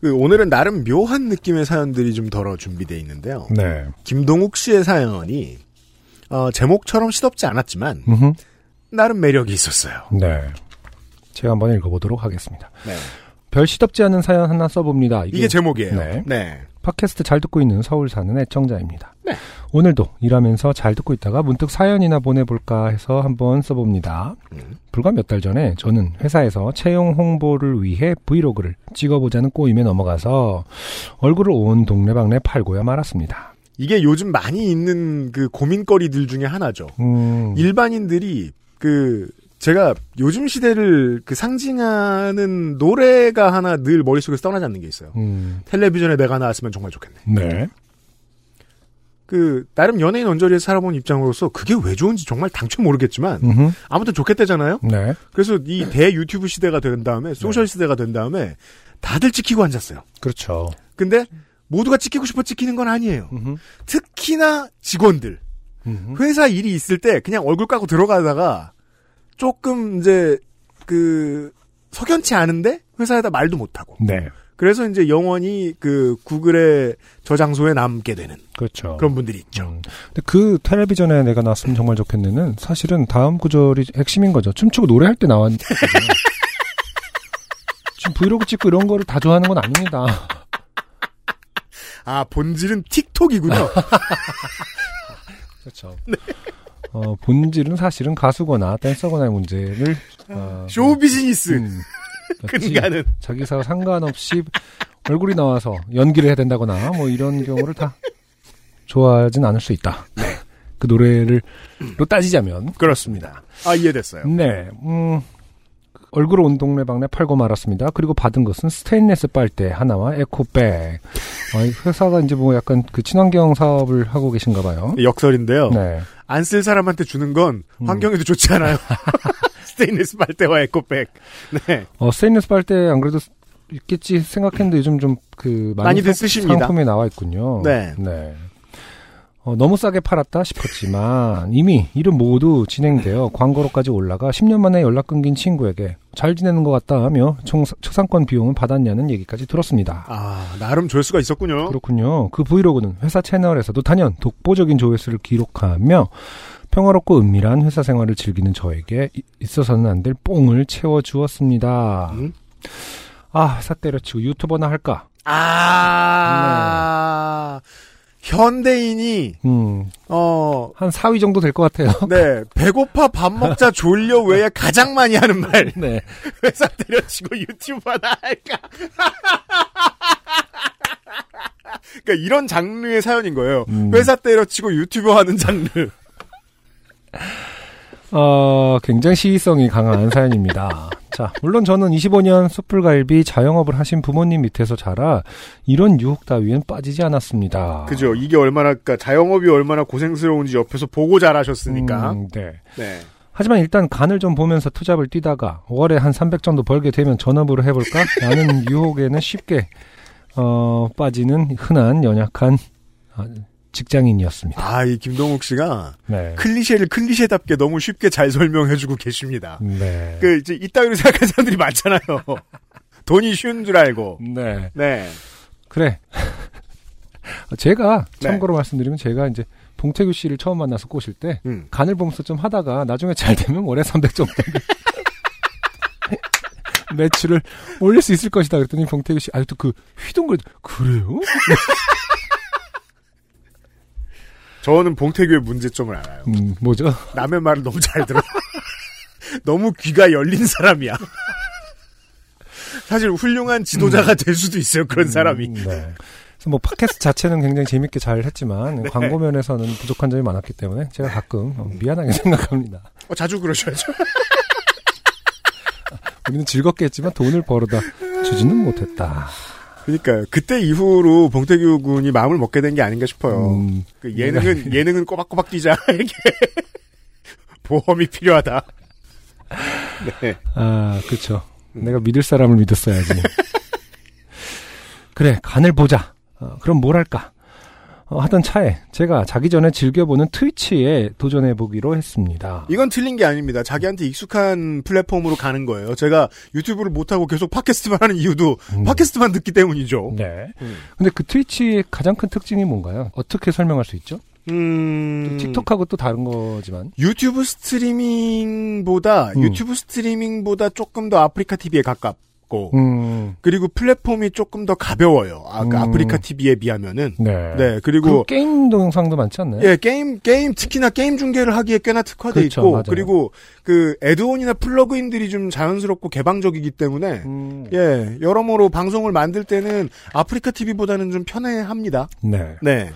그 오늘은 나름 묘한 느낌의 사연들이 좀 덜어 준비돼 있는데요. 네. 김동욱 씨의 사연이 어, 제목처럼 시덥지 않았지만 음흠. 나름 매력이 있었어요. 네. 제가 한번 읽어보도록 하겠습니다. 네. 별 시덥지 않은 사연 하나 써봅니다. 이게, 이게 제목이에요. 네. 네. 팟캐스트 잘 듣고 있는 서울 사는 애청자입니다. 오늘도 일하면서 잘 듣고 있다가 문득 사연이나 보내볼까 해서 한번 써봅니다. 불과 몇 달 전에 저는 회사에서 채용 홍보를 위해 브이로그를 찍어보자는 꼬임에 넘어가서 얼굴을 온 동네방네 팔고야 말았습니다. 이게 요즘 많이 있는 그 고민거리들 중에 하나죠. 음, 일반인들이 그 제가 요즘 시대를 그 상징하는 노래가 하나 늘 머릿속에서 떠나지 않는 게 있어요. 음, 텔레비전에 내가 나왔으면 정말 좋겠네. 네. 그 나름 연예인 언저리에 살아본 입장으로서 그게 왜 좋은지 정말 당최 모르겠지만 음흠, 아무튼 좋겠다잖아요. 네. 그래서 이 대 유튜브 시대가 된 다음에 소셜 시대가 된 다음에 다들 찍히고 앉았어요. 그렇죠. 근데 모두가 찍히고 싶어 찍히는 건 아니에요. 특히나 직원들. 음흠. 회사 일이 있을 때 그냥 얼굴 까고 들어가다가 조금 이제 그 석연치 않은데 회사에다 말도 못하고 네. 그래서 이제 영원히 그 구글의 저장소에 남게 되는 그렇죠. 그런 분들이 있죠. 음. 근데 그 텔레비전에 내가 나왔으면 정말 좋겠네는 사실은 다음 구절이 핵심인 거죠. 춤추고 노래할 때 나왔거든요. 지금 브이로그 찍고 이런 거를 다 좋아하는 건 아닙니다. 아 본질은 틱톡이군요. 그렇죠. 어, 본질은 사실은 가수거나 댄서거나의 문제를 어, 아, 쇼 비즈니스 음, 그렇지. 근간은 자기사와 상관없이 얼굴이 나와서 연기를 해야 된다거나 뭐 이런 경우를 다 좋아하진 않을 수 있다. 네. 그 노래를 로 따지자면 그렇습니다. 아 이해됐어요. 네. 음, 얼굴 온 동네 방네 팔고 말았습니다. 그리고 받은 것은 스테인레스 빨대 하나와 에코백. 어, 이 회사가 이제 뭐 약간 그 친환경 사업을 하고 계신가 봐요. 예, 역설인데요. 네. 안 쓸 사람한테 주는 건 환경에도 좋지 않아요. 스테인리스 빨대와 에코백. 네. 어, 스테인레스 빨대 안 그래도 있겠지 생각했는데 요즘 좀 그 많이 많이들 상- 쓰십니다. 상품에 나와 있군요. 네. 어, 너무 싸게 팔았다 싶었지만 이미 이름 모두 진행되어 광고로까지 올라가 10년 만에 연락 끊긴 친구에게 잘 지내는 것 같다 하며 총 초상권 비용을 받았냐는 얘기까지 들었습니다. 아, 나름 조회수가 있었군요. 그렇군요. 그 브이로그는 회사 채널에서도 단연 독보적인 조회수를 기록하며 평화롭고 은밀한 회사 생활을 즐기는 저에게 이- 있어서는 안 될 뽕을 채워주었습니다. 음? 아, 회사 때려치고 유튜버나 할까? 아, 현대인이, 음, 어, 한 4위 정도 될 것 같아요. 네, 배고파 밥 먹자 졸려 외에 가장 많이 하는 말. 그 네. 회사 때려치고 유튜브 하나 할까? 그러니까 이런 장르의 사연인 거예요. 음. 회사 때려치고 유튜브 하는 장르. 어, 굉장히 시의성이 강한 사연입니다. 자, 물론 저는 25년 숯불갈비 자영업을 하신 부모님 밑에서 자라 이런 유혹 따위엔 빠지지 않았습니다. 그죠? 이게 얼마나 그러니까 자영업이 얼마나 고생스러운지 옆에서 보고 잘하셨으니까. 음, 네. 네. 하지만 일단 간을 좀 보면서 투잡을 뛰다가 월에 한 300 정도 벌게 되면 전업으로 해볼까? 라는 유혹에는 쉽게 어, 빠지는 흔한 연약한 아, 직장인이었습니다. 아, 이 김동욱 씨가 네. 클리셰를 클리셰답게 너무 쉽게 잘 설명해주고 계십니다. 네. 그 이제 이따위로 생각하는 사람들이 많잖아요. 돈이 쉬운 줄 알고. 네. 네. 그래. 제가 네. 참고로 말씀드리면 제가 이제 봉태규 씨를 처음 만나서 꼬실 때 음. 간을 보면서 좀 하다가 나중에 잘 되면 월에 300 정도 매출을 올릴 수 있을 것이다 그랬더니 봉태규 씨 아직도 그 휘둥글 그래요? 저는 봉태규의 문제점을 알아요. 음, 뭐죠? 남의 말을 너무 잘 들어. 너무 귀가 열린 사람이야. 사실 훌륭한 지도자가 될 수도 있어요. 그런 사람이. 음, 네. 그래서 뭐 팟캐스트 자체는 굉장히 재밌게 잘 했지만 네. 광고 면에서는 부족한 점이 많았기 때문에 제가 가끔 어, 미안하게 생각합니다. 어, 자주 그러셔야죠. 우리는 즐겁게 했지만 돈을 벌어다 주지는 못했다. 그러니까 그때 이후로 봉태규 군이 마음을 먹게 된 게 아닌가 싶어요. 음, 그 예능은 예능은 꼬박꼬박 뛰자. 이게 보험이 필요하다. 네. 아 그렇죠. 음. 내가 믿을 사람을 믿었어야지. 그래 간을 보자. 어, 그럼 뭘 할까? 어, 하던 차에 제가 자기 전에 즐겨보는 트위치에 도전해 보기로 했습니다. 이건 틀린 게 아닙니다. 자기한테 익숙한 플랫폼으로 가는 거예요. 제가 유튜브를 못 하고 계속 팟캐스트만 하는 이유도 음. 팟캐스트만 듣기 때문이죠. 네. 음. 근데 그 트위치의 가장 큰 특징이 뭔가요? 어떻게 설명할 수 있죠? 음. 틱톡하고 또 다른 거지만. 유튜브 스트리밍보다 음. 유튜브 스트리밍보다 조금 더 아프리카 TV에 가깝고 음. 그리고 플랫폼이 조금 더 가벼워요. 아, 음. 프리카 TV에 비하면은 네. 네 그 그리고 게임 동영상도 많지 않나요? 예 게임 게임 특히나 게임 중계를 하기에 꽤나 특화돼 그렇죠, 있고 맞아요. 그리고 그 애드온이나 플러그인들이 좀 자연스럽고 개방적이기 때문에 음. 예 여러모로 방송을 만들 때는 아프리카 TV보다는 좀 편해합니다. 네. 네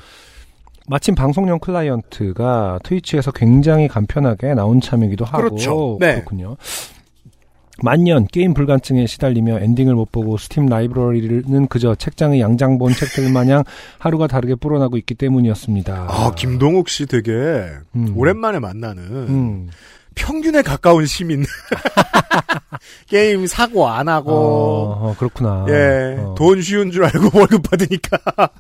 마침 방송용 클라이언트가 트위치에서 굉장히 간편하게 나온 참이기도 하고 그렇죠. 네. 군요 만년 게임 불감증에 시달리며 엔딩을 못 보고 스팀 라이브러리는 그저 책장의 양장 본 책들 마냥 하루가 다르게 불어나고 있기 때문이었습니다. 아, 김동욱 씨 되게 음. 오랜만에 만나는 음. 평균에 가까운 시민. 게임 사고 안 하고, 어, 어, 그렇구나. 예, 어. 돈 쉬운 줄 알고 월급 받으니까.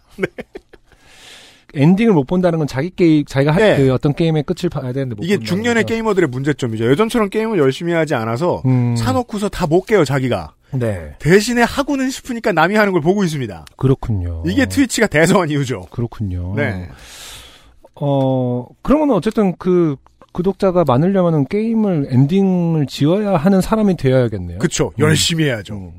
엔딩을 못 본다는 건 자기 게임, 자기가 할 예. 그 어떤 게임의 끝을 봐야 되는데 못 이게 본다는 중년의 거죠. 게이머들의 문제점이죠. 예전처럼 게임을 열심히 하지 않아서, 음. 사놓고서 다 못 깨요, 자기가. 네. 대신에 하고는 싶으니까 남이 하는 걸 보고 있습니다. 그렇군요. 이게 트위치가 대성한 이유죠. 그렇군요. 네. 어, 그러면 어쨌든 그 구독자가 많으려면은 게임을 엔딩을 지어야 하는 사람이 되어야겠네요. 그쵸. 음. 열심히 해야죠. 음.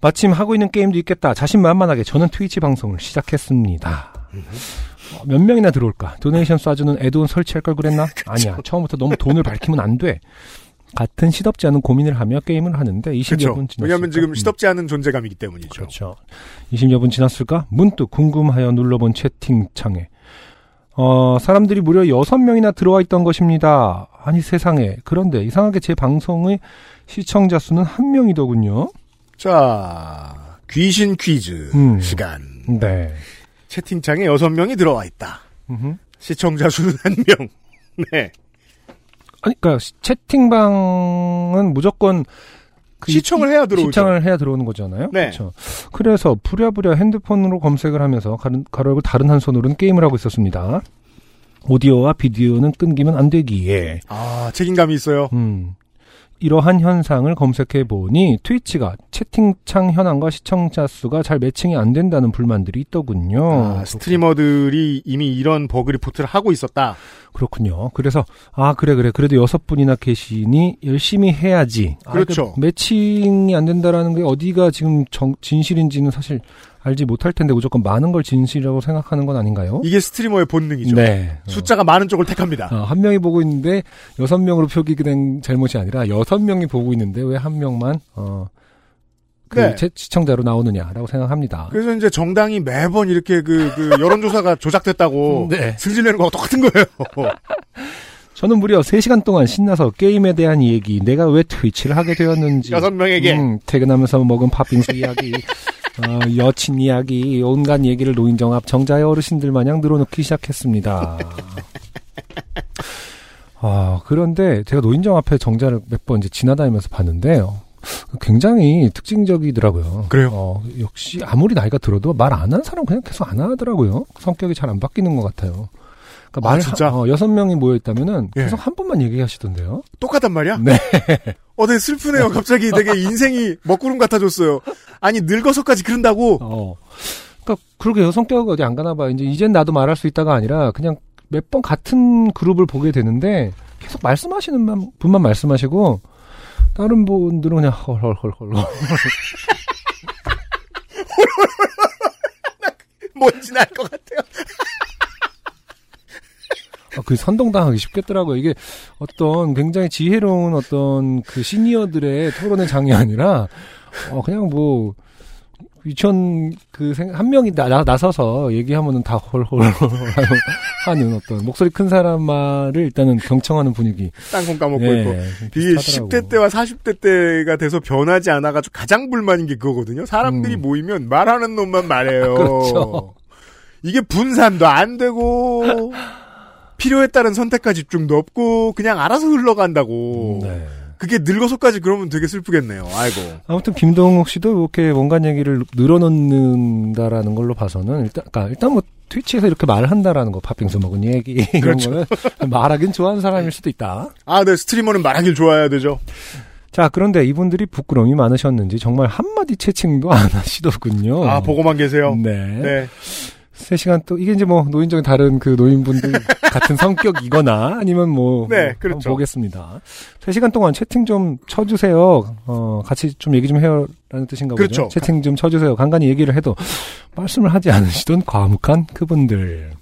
마침 하고 있는 게임도 있겠다. 자신만만하게 저는 트위치 방송을 시작했습니다. 어, 몇 명이나 들어올까? 도네이션 쏴주는 애드온 설치할 걸 그랬나? 아니야. 처음부터 너무 돈을 밝히면 안 돼. 같은 시덥지 않은 고민을 하며 게임을 하는데 20여 그쵸. 분 지났을까? 왜냐면 하 지금 음. 시덥지 않은 존재감이기 때문이죠. 그렇죠. 20여 분 지났을까? 문득 궁금하여 눌러본 채팅창에 어, 사람들이 무려 6명이나 들어와 있던 것입니다. 아니 세상에. 그런데 이상하게 제 방송의 시청자 수는 한 명이더군요. 자, 귀신 퀴즈 음. 시간. 네. 채팅창에 여섯 명이 들어와 있다. 음흠. 시청자 수는 한 명. 네. 아니 그러니까 채팅방은 무조건 그 시청을 이- 해야 들어오죠. 시청을 해야 들어오는 거잖아요. 네. 그렇죠. 그래서 부랴부랴 핸드폰으로 검색을 하면서 가른- 가로 열고 다른 한 손으로는 게임을 하고 있었습니다. 오디오와 비디오는 끊기면 안 되기에 아, 책임감이 있어요. 음. 이러한 현상을 검색해 보니 트위치가 채팅창 현황과 시청자 수가 잘 매칭이 안 된다는 불만들이 있더군요. 아, 스트리머들이 이미 이런 버그 리포트를 하고 있었다. 그렇군요. 그래서 아 그래 그래 그래도 여섯 분이나 계시니 열심히 해야지. 아, 그렇죠. 그 매칭이 안 된다라는 게 어디가 지금 정- 진실인지는 사실 알지 못할 텐데 무조건 많은 걸 진실이라고 생각하는 건 아닌가요? 이게 스트리머의 본능이죠. 네. 어. 숫자가 많은 쪽을 택합니다. 어, 한 명이 보고 있는데 여섯 명으로 표기된 잘못이 아니라 여섯 명이 보고 있는데 왜 한 명만 어, 그 네. 채- 시청자로 나오느냐라고 생각합니다. 그래서 이제 정당이 매번 이렇게 그, 그 여론조사가 조작됐다고 네. 음. 승질내는 거하고 똑같은 거예요. 저는 무려 3시간 동안 신나서 게임에 대한 얘기, 내가 왜 트위치를 하게 되었는지, 여섯 명에게 음, 퇴근하면서 먹은 팥빙수 이야기, 어, 여친 이야기, 온갖 얘기를 노인정 앞 정자의 어르신들 마냥 늘어놓기 시작했습니다. 아, 그런데 제가 노인정 앞에 정자를 몇 번 이제 지나다니면서 봤는데요. 굉장히 특징적이더라고요. 그래요? 어, 역시 아무리 나이가 들어도 말 안 하는 사람 은 그냥 계속 안 하더라고요. 성격이 잘 안 바뀌는 것 같아요. 그러니까 아, 말 진짜? 어, 여섯 명이 모여 있다면은 예. 계속 한 번만 얘기하시던데요. 똑같단 말이야? 네. 어, 되게 슬프네요. 갑자기 되게 인생이 먹구름 같아졌어요. 아니, 늙어서까지 그런다고? 어. 그러니까 그렇게 여성 격 어디 안 가나 봐. 이제 이젠 나도 말할 수 있다가 아니라 그냥 몇 번 같은 그룹을 보게 되는데 계속 말씀하시는 만- 분만 말씀하시고 다른 분들은 그냥 헐헐헐헐. 아, 뭔지 알 것 같아요. 아, 그 선동당하기 쉽겠더라고요. 이게 어떤 굉장히 지혜로운 어떤 그 시니어들의 토론의 장이 아니라, 어, 그냥 뭐, 유치원 그, 생- 한 명이 나, 나, 나서서 얘기하면은 다 홀홀 하는 어떤 목소리 큰 사람 말을 일단은 경청하는 분위기. 땅콩 까먹고 있고. 이게 네. 비슷하더라고요. 10대 네, 때와 40대 때가 돼서 변하지 않아가지고 가장 불만인 게 그거거든요. 사람들이 음. 모이면 말하는 놈만 말해요. 그렇죠. 이게 분산도 안 되고, 필요에 따른 선택과 집중도 없고, 그냥 알아서 흘러간다고. 네. 그게 늙어서까지 그러면 되게 슬프겠네요. 아이고. 아무튼 김동욱 씨도 이렇게 뭔가 얘기를 늘어놓는다라는 걸로 봐서는 일단 그러니까 일단 뭐 트위치에서 이렇게 말한다라는 거 팥빙수 먹은 얘기 이런 그렇죠. 거는 말하긴 좋아하는 사람일 수도 있다. 아, 네, 스트리머는 말하길 좋아해야 되죠. 자 그런데 이분들이 부끄러움이 많으셨는지 정말 한마디 채팅도 안 하시더군요. 아, 보고만 계세요. 어. 네. 네. 세 시간 또 이게 이제 뭐 노인적인 다른 그 노인분들 같은 성격이거나 아니면 뭐 네, 뭐 그렇죠. 한번 보겠습니다. 세 시간 동안 채팅 좀 쳐주세요. 어 같이 좀 얘기 좀 해요라는 뜻인가 그렇죠. 보죠. 채팅 좀 쳐주세요. 간간히 얘기를 해도 말씀을 하지 않으시던 과묵한 그분들.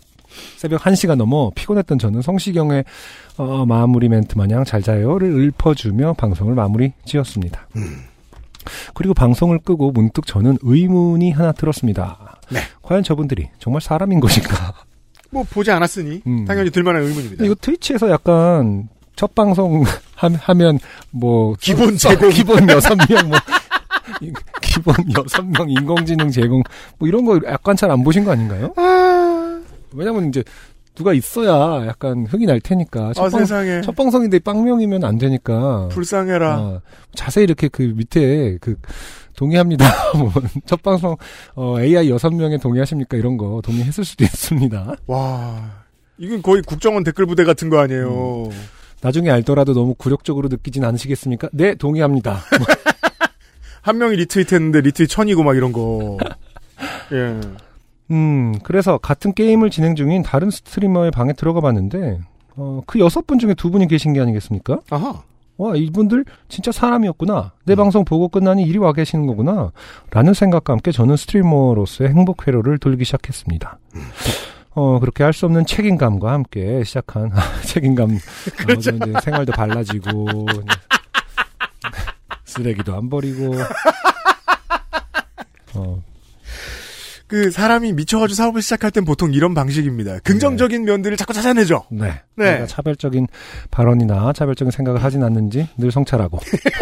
새벽 1시가 넘어 피곤했던 저는 성시경의 어, 마무리 멘트 마냥 잘 자요를 읊어주며 방송을 마무리 지었습니다. 음. 그리고 방송을 끄고 문득 저는 의문이 하나 들었습니다. 네. 과연 저분들이 정말 사람인 것인가? 뭐 보지 않았으니 음. 당연히 들만한 의문입니다. 근데 이거 트위치에서 약간 첫 방송 함- 하면 뭐 기본 써- 제공. 기본 여섯 명 뭐. 이- 기본 여섯 명 인공지능 제공 뭐 이런 거 약간 잘 안 보신 거 아닌가요? 왜냐면 이제 누가 있어야 약간 흥이 날 테니까 첫, 아 방, 세상에 첫 방송인데 빵명이면 안 되니까 불쌍해라. 어, 자세히 이렇게 그 밑에 그 동의합니다. 뭐, 첫 방송 어, AI 여섯 명에 동의하십니까 이런 거 동의했을 수도 있습니다. 와 이건 거의 국정원 댓글 부대 같은 거 아니에요. 음. 나중에 알더라도 너무 굴욕적으로 느끼진 않으시겠습니까? 네, 동의합니다. 한 명이 리트윗했는데 리트윗 천이고 막 이런 거. 예. 음, 그래서 같은 게임을 진행 중인 다른 스트리머의 방에 들어가 봤는데, 어, 그 여섯 분 중에 두 분이 계신 게 아니겠습니까? 네. 아하. 와, 이분들 진짜 사람이었구나. 내 방송 보고 끝나니 이리 와 계시는 거구나. 라는 생각과 함께 저는 스트리머로서의 행복 회로를 돌기 시작했습니다. 어, 그렇게 할 수 없는 책임감과 함께 시작한 아, 책임감. 그렇죠. 생활도 발라지고, 쓰레기도 안 버리고, 어, 그 사람이 미쳐가지고 사업을 시작할 땐 보통 이런 방식입니다. 긍정적인 면들을 자꾸 찾아내죠. 네. 네. 내가 차별적인 발언이나 차별적인 생각을 하진 않는지 늘 성찰하고.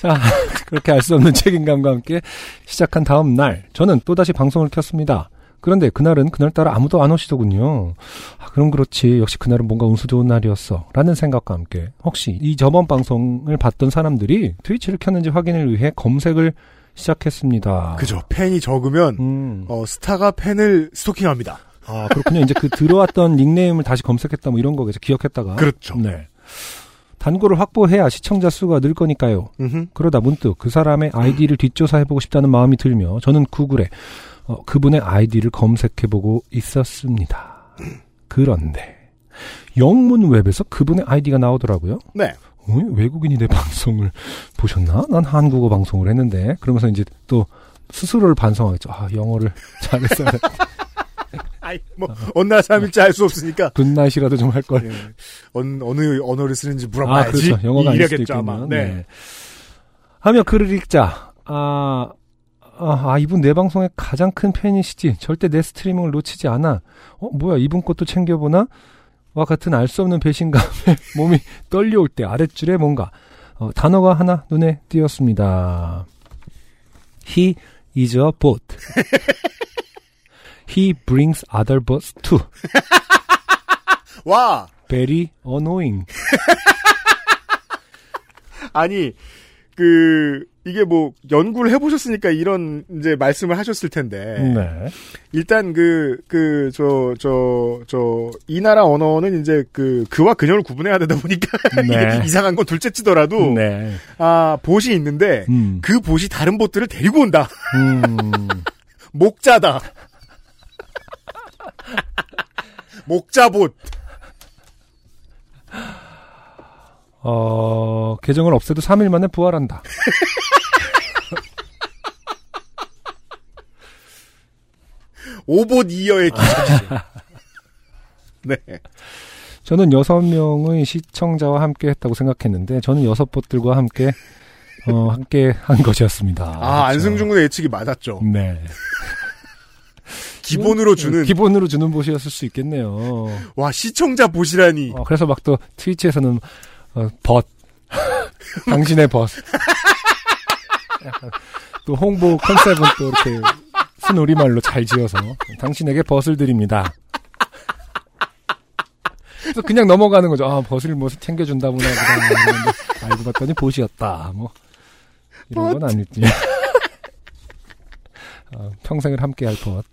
자, 그렇게 알 수 없는 책임감과 함께 시작한 다음 날, 저는 또다시 방송을 켰습니다. 그런데 그날은 그날따라 아무도 안 오시더군요. 아, 그럼 그렇지. 역시 그날은 뭔가 운수 좋은 날이었어. 라는 생각과 함께 혹시 이 저번 방송을 봤던 사람들이 트위치를 켰는지 확인을 위해 검색을 시작했습니다. 그죠. 팬이 적으면 아. 음. 어, 스타가 팬을 스토킹합니다. 아, 그렇군요. 이제 그 들어왔던 닉네임을 다시 검색했다 뭐 이런 거겠죠. 기억했다가. 그렇죠. 네. 단골을 확보해야 시청자 수가 늘 거니까요. 음흠. 그러다 문득 그 사람의 아이디를 뒷조사해보고 싶다는 마음이 들며 저는 구글에 어, 그분의 아이디를 검색해보고 있었습니다. 그런데 영문 웹에서 그분의 아이디가 나오더라고요. 네. 어, 외국인이 내 방송을 보셨나? 난 한국어 방송을 했는데 그러면서 이제 또 스스로를 반성하겠죠. 아 영어를 잘했어야 돼. 아이, 뭐 어느 나라 사람일지 알 수 없으니까 굿나잇이라도 좀 할 걸. 예. 어느, 어느 언어를 쓰는지 아, 물어봐야지. 그렇죠. 영어가 아닐 수도 이래겠죠 있군요. 아마. 네. 하며 글을 읽자. 아, 아, 아, 이분 내 방송의 가장 큰 팬이시지. 절대 내 스트리밍을 놓치지 않아. 어, 뭐야, 이분 것도 챙겨보나? 와 같은 알 수 없는 배신감에 몸이 떨려올 때 아랫줄에 뭔가 어, 단어가 하나 눈에 띄었습니다. He is a bot. He brings other bots too. 와! Very annoying. 아니, 그, 이게 뭐, 연구를 해보셨으니까 이런, 이제, 말씀을 하셨을 텐데. 네. 일단 그, 그, 저, 저, 저, 이 나라 언어는 이제 그, 그와 그녀를 구분해야 되다 보니까. 네. 이게 이상한 건 둘째 치더라도. 네. 아, 봇이 있는데, 음. 그 봇이 다른 봇들을 데리고 온다. 음. 목자다. 목자봇. 어, 계정을 없애도 3일 만에 부활한다. 오봇 이어의 기적이죠. 네. 저는 6명의 시청자와 함께 했다고 생각했는데, 저는 6봇들과 함께, 어, 함께 한 것이었습니다. 아, 안승준 군의 예측이 맞았죠. 네. 음, 기본으로 주는 기본으로 주는 보시였을 수 있겠네요. 와 시청자 보시라니 어, 그래서 막 또 트위치에서는, 어, 벗. 당신의 벗. 약간 또 홍보 컨셉은 또 이렇게 순우리말로 잘 지어서, 당신에게 벗을 드립니다. 그래서 그냥 넘어가는 거죠. 아, 벗을 뭐 챙겨준다구나. 그냥 이러는데 알고 봤더니 보시였다. 뭐. 이런 건 아니지. 어, 평생을 함께 할 벗.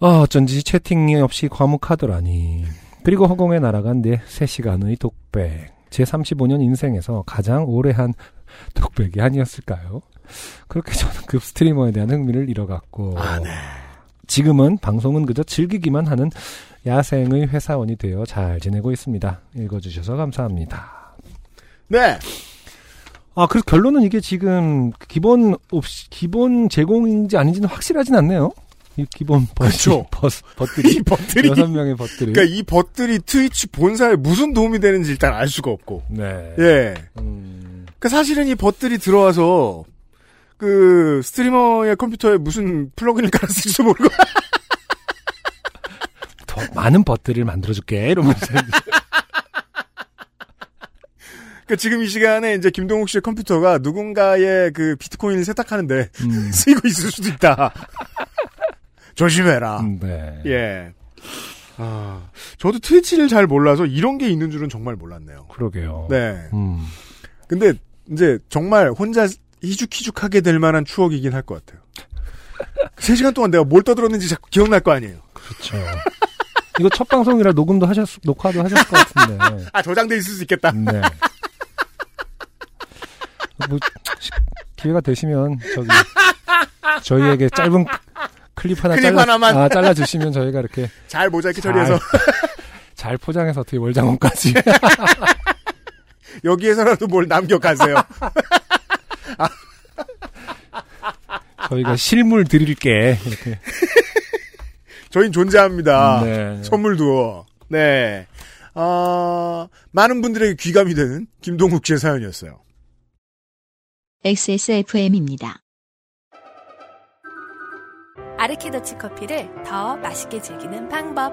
아, 어쩐지 채팅이 없이 과묵하더라니. 그리고 허공에 날아간 내 3시간의 독백. 제 35년 인생에서 가장 오래 한 독백이 아니었을까요? 그렇게 저는 급 스트리머에 대한 흥미를 잃어갔고. 아, 네. 지금은 방송은 그저 즐기기만 하는 야생의 회사원이 되어 잘 지내고 있습니다. 읽어주셔서 감사합니다. 네 아, 그래서 결론은 이게 지금 기본 없이, 기본 제공인지 아닌지는 확실하진 않네요. 이 기본 버스, 그쵸. 버스, 그렇죠. 버들이. 이 버들이 여섯 명의 버들이. 그러니까 이 버들이 트위치 본사에 무슨 도움이 되는지 일단 알 수가 없고 네. 예 음, 그러니까 사실은 이 버들이 들어와서 그 스트리머의 컴퓨터에 무슨 플러그인을 깔아 쓸지도 모르고 더 많은 버들을 만들어줄게. 이러면서. 그러니까 지금 이 시간에 이제 김동욱 씨의 컴퓨터가 누군가의 그 비트코인을 세탁하는데 음, 쓰이고 있을 수도 있다 조심해라 네. 예 아, 저도 트위치를 잘 몰라서 이런 게 있는 줄은 정말 몰랐네요. 그러게요. 네. 음, 근데 이제 정말 혼자 희죽희죽하게 될 만한 추억이긴 할 것 같아요. 3시간 동안 내가 뭘 떠들었는지 자꾸 기억날 거 아니에요. 그렇죠. 이거 첫 방송이라 녹음도 하셨, 녹화도 하셨을 것 같은데. 아, 저장돼 있을 수 있겠다. 네. 뭐, 시- 기회가 되시면, 저기, 저희에게 짧은 클립 하나 클립 잘라, 하나만. 아, 잘라주시면 저희가 이렇게 아, 잘 모자이크 처리해서 잘 포장해서 어떻게 월장원까지. 네. 여기에서라도 뭘 남겨가세요. 저희가 실물 드릴게. 이렇게. 저희는 존재합니다. 네. 선물도. 네. 아, 많은 분들에게 귀감이 되는 김동국 씨의 사연이었어요. XSFM입니다. 아르케더치 커피를 더 맛있게 즐기는 방법.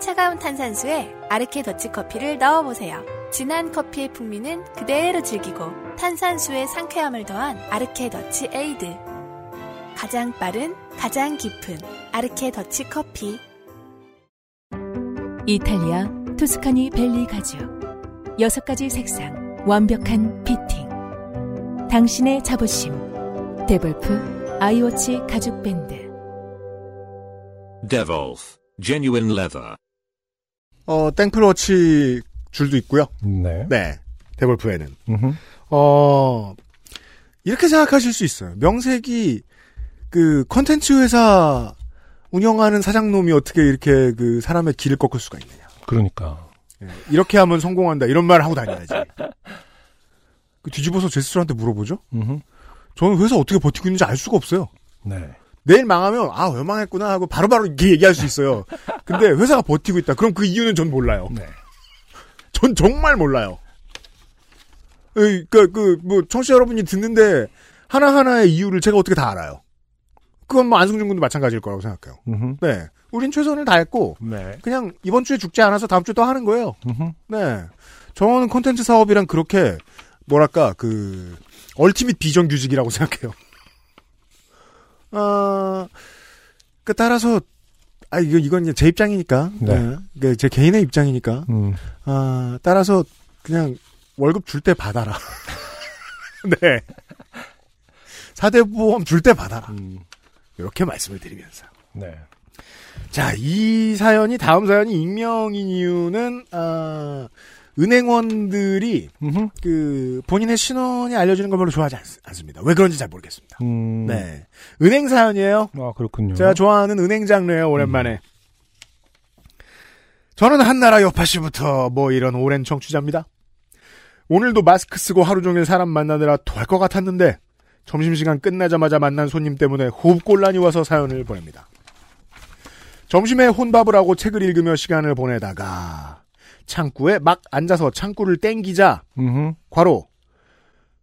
차가운 탄산수에 아르케더치 커피를 넣어보세요. 진한 커피의 풍미는 그대로 즐기고 탄산수의 상쾌함을 더한 아르케더치 에이드. 가장 빠른, 가장 깊은 아르케 더치 커피. 이탈리아 토스카니 벨리 가죽 여섯 가지 색상 완벽한 피팅 당신의 자부심 데볼프 아이워치 가죽 밴드 Devolf. Genuine leather. 어, 땡플워치 줄도 있고요. 네. 네. 데볼프에는. 음흠. 어, 이렇게 생각하실 수 있어요. 명색이 그 컨텐츠 회사 운영하는 사장놈이 어떻게 이렇게 그 사람의 길을 꺾을 수가 있느냐. 그러니까. 예, 이렇게 하면 성공한다. 이런 말을 하고 다녀야지. 그 뒤집어서 제스처한테 물어보죠? 음흠. 저는 회사 어떻게 버티고 있는지 알 수가 없어요. 네. 내일 망하면, 아, 왜 망했구나 하고 바로바로 이렇게 얘기할 수 있어요. 근데 회사가 버티고 있다. 그럼 그 이유는 전 몰라요. 네. 전 정말 몰라요. 에, 그러니까 그 뭐 청취자 여러분이 듣는데 하나 하나의 이유를 제가 어떻게 다 알아요? 그건 뭐 안승준 군도 마찬가지일 거라고 생각해요. 음흠. 네, 우린 최선을 다했고 네. 그냥 이번 주에 죽지 않아서 다음 주에 또 하는 거예요. 음흠. 네, 저는 콘텐츠 사업이랑 그렇게 뭐랄까 그 얼티밋 비전 규직이라고 생각해요. 아, 그 따라서 아 이거 이건 이제 제 입장이니까, 네. 네, 네, 제 개인의 입장이니까 음. 아, 따라서 그냥 월급 줄 때 받아라. 네. 사대보험 줄 때 받아라. 음. 이렇게 말씀을 드리면서. 네. 자, 이 사연이, 다음 사연이 익명인 이유는, 아, 은행원들이, 음흠. 그, 본인의 신원이 알려지는 걸 별로 좋아하지 않, 습니다왜 그런지 잘 모르겠습니다. 음. 네. 은행 사연이에요. 아, 그렇군요. 제가 좋아하는 은행 장르예요 오랜만에. 저는 한나라 여파씨부터 뭐 이런 오랜 청취자입니다. 오늘도 마스크 쓰고 하루 종일 사람 만나느라 토할 것 같았는데 점심시간 끝나자마자 만난 손님 때문에 호흡곤란이 와서 사연을 보냅니다. 점심에 혼밥을 하고 책을 읽으며 시간을 보내다가 창구에 막 앉아서 창구를 땡기자 음흠. 과로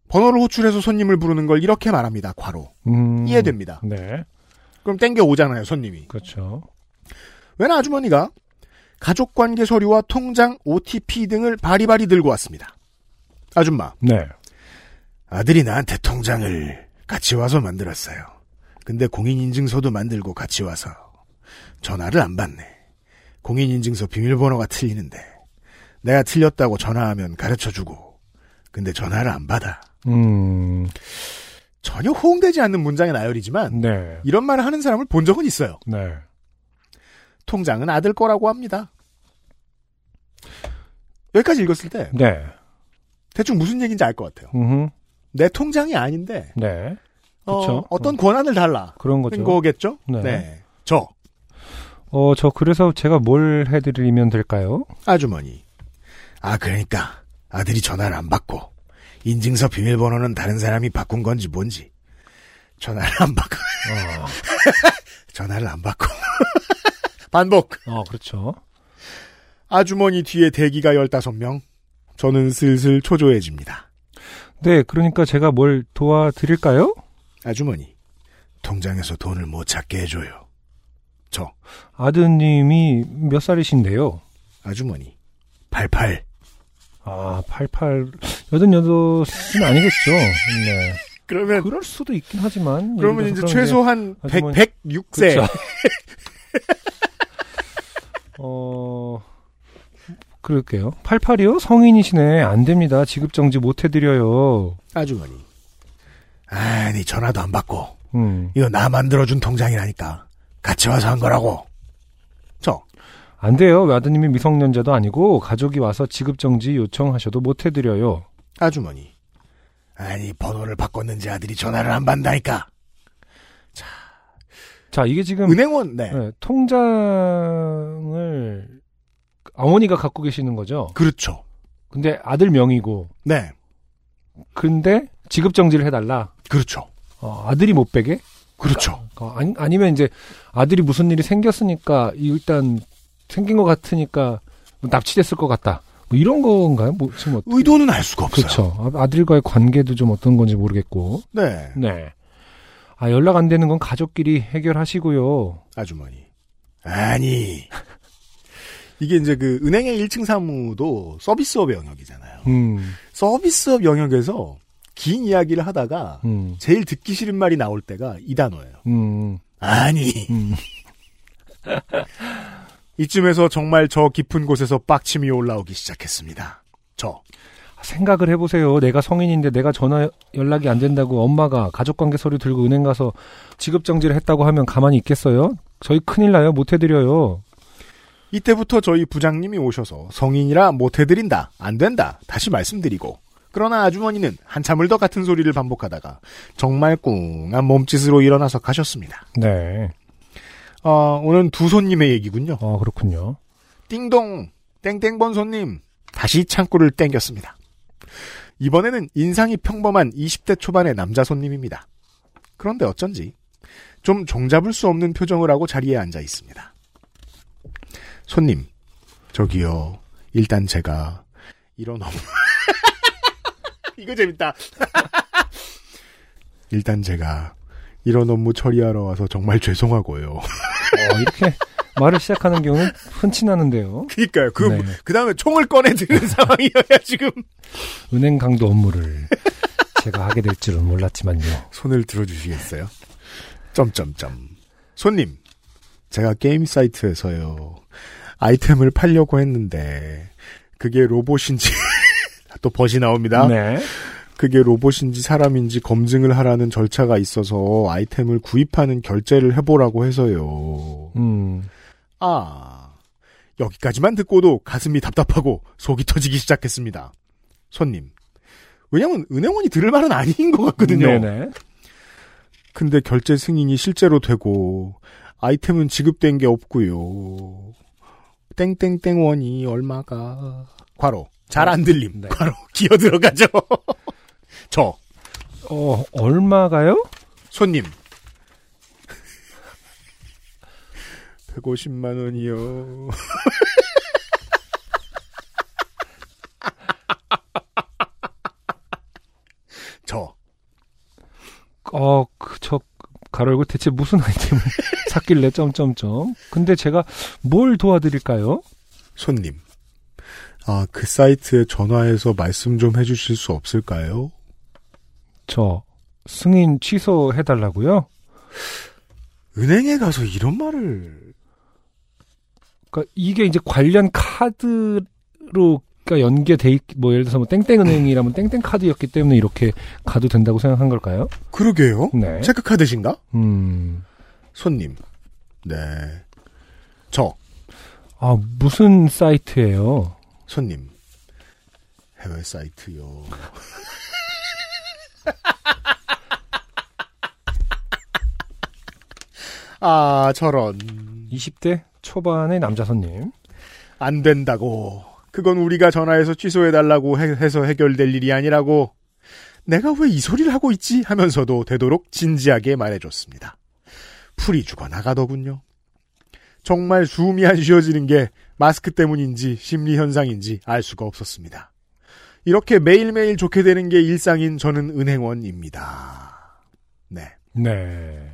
번호를 호출해서 손님을 부르는 걸 이렇게 말합니다. 과로 음. 이해됩니다. 네. 그럼 땡겨 오잖아요 손님이. 그렇죠. 웬 아주머니가 가족관계 서류와 통장, OTP 등을 바리바리 들고 왔습니다. 아줌마, 네. 아들이 나한테 통장을 같이 와서 만들었어요. 근데 공인인증서도 만들고 같이 와서 전화를 안 받네. 공인인증서 비밀번호가 틀리는데 내가 틀렸다고 전화하면 가르쳐주고 근데 전화를 안 받아. 음. 전혀 호응되지 않는 문장의 나열이지만 네. 이런 말을 하는 사람을 본 적은 있어요. 네. 통장은 아들 거라고 합니다. 여기까지 읽었을 때 네. 대충 무슨 얘기인지 알 것 같아요. 음흠. 내 통장이 아닌데 네. 그쵸. 어, 떤 권한을 달라 그런 그 거죠. 거겠죠. 네. 저 어, 저 그래서 제가 뭘 해드리면 될까요? 아주머니. 아 그러니까 아들이 전화를 안 받고 인증서 비밀번호는 다른 사람이 바꾼 건지 뭔지 전화를 안 받고 아. 어, 전화를 안 받고 반복. 어 그렇죠. 아주머니 뒤에 대기가 15명. 저는 슬슬 초조해집니다. 네, 그러니까 제가 뭘 도와드릴까요? 아주머니, 통장에서 돈을 못 찾게 해줘요. 저, 아드님이 몇 살이신데요? 아주머니, 88. 아, 88, 88은 아니겠죠. 네. 그러면, 그럴 수도 있긴 하지만. 그, 러면 이제 예를 들어서 최소한 100, 아주머니- 106세. 그렇죠. 어, 그럴게요. 88이요? 성인이시네. 안 됩니다. 지급정지 못 해드려요. 아주머니. 아니, 전화도 안 받고, 음. 이거 나 만들어준 통장이라니까. 같이 와서 한 거라고. 저, 안 돼요. 아드님이 미성년자도 아니고, 가족이 와서 지급정지 요청하셔도 못 해드려요. 아주머니. 아니, 번호를 바꿨는지 아들이 전화를 안 받는다니까. 자, 이게 지금. 은행원, 네. 네, 통장을 어머니가 갖고 계시는 거죠. 그렇죠. 근데 아들 명의고, 네. 근데 지급 정지를 해달라. 그렇죠. 어, 아들이 못 빼게? 그렇죠. 어, 아니, 아니면 이제 아들이 무슨 일이 생겼으니까 일단 생긴 것 같으니까 뭐 납치됐을 것 같다. 뭐 이런 건가요? 뭐 지금 어떻게? 의도는 알 수가 없어요. 그렇죠. 아, 아들과의 관계도 좀 어떤 건지 모르겠고. 네. 네. 아 연락 안 되는 건 가족끼리 해결하시고요. 아주머니. 아니. 이게 이제 그 은행의 1층 사무도 서비스업 영역이잖아요. 음, 서비스업 영역에서 긴 이야기를 하다가 음, 제일 듣기 싫은 말이 나올 때가 이 단어예요. 음, 아니. 음. 이쯤에서 정말 저 깊은 곳에서 빡침이 올라오기 시작했습니다. 저. 생각을 해보세요. 내가 성인인데 내가 전화 연락이 안 된다고 엄마가 가족관계 서류 들고 은행 가서 지급정지를 했다고 하면 가만히 있겠어요? 저희 큰일 나요. 못해드려요. 이때부터 저희 부장님이 오셔서 성인이라 못해드린다, 안 된다, 다시 말씀드리고. 그러나 아주머니는 한참을 더 같은 소리를 반복하다가 정말 꿍한 몸짓으로 일어나서 가셨습니다. 네. 어, 오늘 두 손님의 얘기군요. 어, 그렇군요. 띵동 땡땡번 손님 다시 창구를 땡겼습니다. 이번에는 인상이 평범한 20대 초반의 남자 손님입니다. 그런데 어쩐지 좀 종잡을 수 없는 표정을 하고 자리에 앉아 있습니다. 손님, 저기요. 일단 제가 이런 업무 이거 재밌다. 일단 제가 이런 업무 처리하러 와서 정말 죄송하고요. 어, 이렇게 말을 시작하는 경우는 흔치 않은데요. 그니까요. 그, 네. 그 다음에 총을 꺼내 드는 상황이어야 지금. 은행 강도 업무를 제가 하게 될 줄은 몰랐지만요. 손을 들어주시겠어요? 점점점. 손님, 제가 게임 사이트에서요. 아이템을 팔려고 했는데, 그게 로봇인지, 또 벗이 나옵니다. 네. 그게 로봇인지 사람인지 검증을 하라는 절차가 있어서 아이템을 구입하는 결제를 해보라고 해서요. 음. 아, 여기까지만 듣고도 가슴이 답답하고 속이 터지기 시작했습니다. 손님. 왜냐면 은행원이 들을 말은 아닌 것 같거든요. 네네. 근데 결제 승인이 실제로 되고 아이템은 지급된 게 없고요. 땡땡땡 원이 얼마가? 과로 잘 안 들림. 네. 과로 기어 들어가죠. 저 어, 얼마가요? 손님 150만 원이요. 저 어, 그, 저, 가로열고 대체 무슨 아이템을 샀길래, 점점점. 근데 제가 뭘 도와드릴까요? 손님. 아, 그 사이트에 전화해서 말씀 좀 해주실 수 없을까요? 저, 승인 취소해달라고요? 은행에 가서 이런 말을. 그러니까 이게 이제 관련 카드로 그러니까 연계돼 있, 뭐 예를 들어서 뭐 땡땡은행이라면 땡땡 카드였기 때문에 이렇게 가도 된다고 생각한 걸까요? 그러게요. 네. 체크카드신가? 음. 손님. 네. 저, 아, 무슨 사이트예요? 손님. 해외 사이트요. 아, 저런. 20대 초반의 남자 손님. 안 된다고. 그건 우리가 전화해서 취소해달라고 해- 해서 해결될 일이 아니라고. 내가 왜 이 소리를 하고 있지? 하면서도 되도록 진지하게 말해줬습니다. 풀이 죽어나가더군요. 정말 숨이 안 쉬어지는 게 마스크 때문인지 심리현상인지 알 수가 없었습니다. 이렇게 매일매일 좋게 되는 게 일상인 저는 은행원입니다. 네. 네.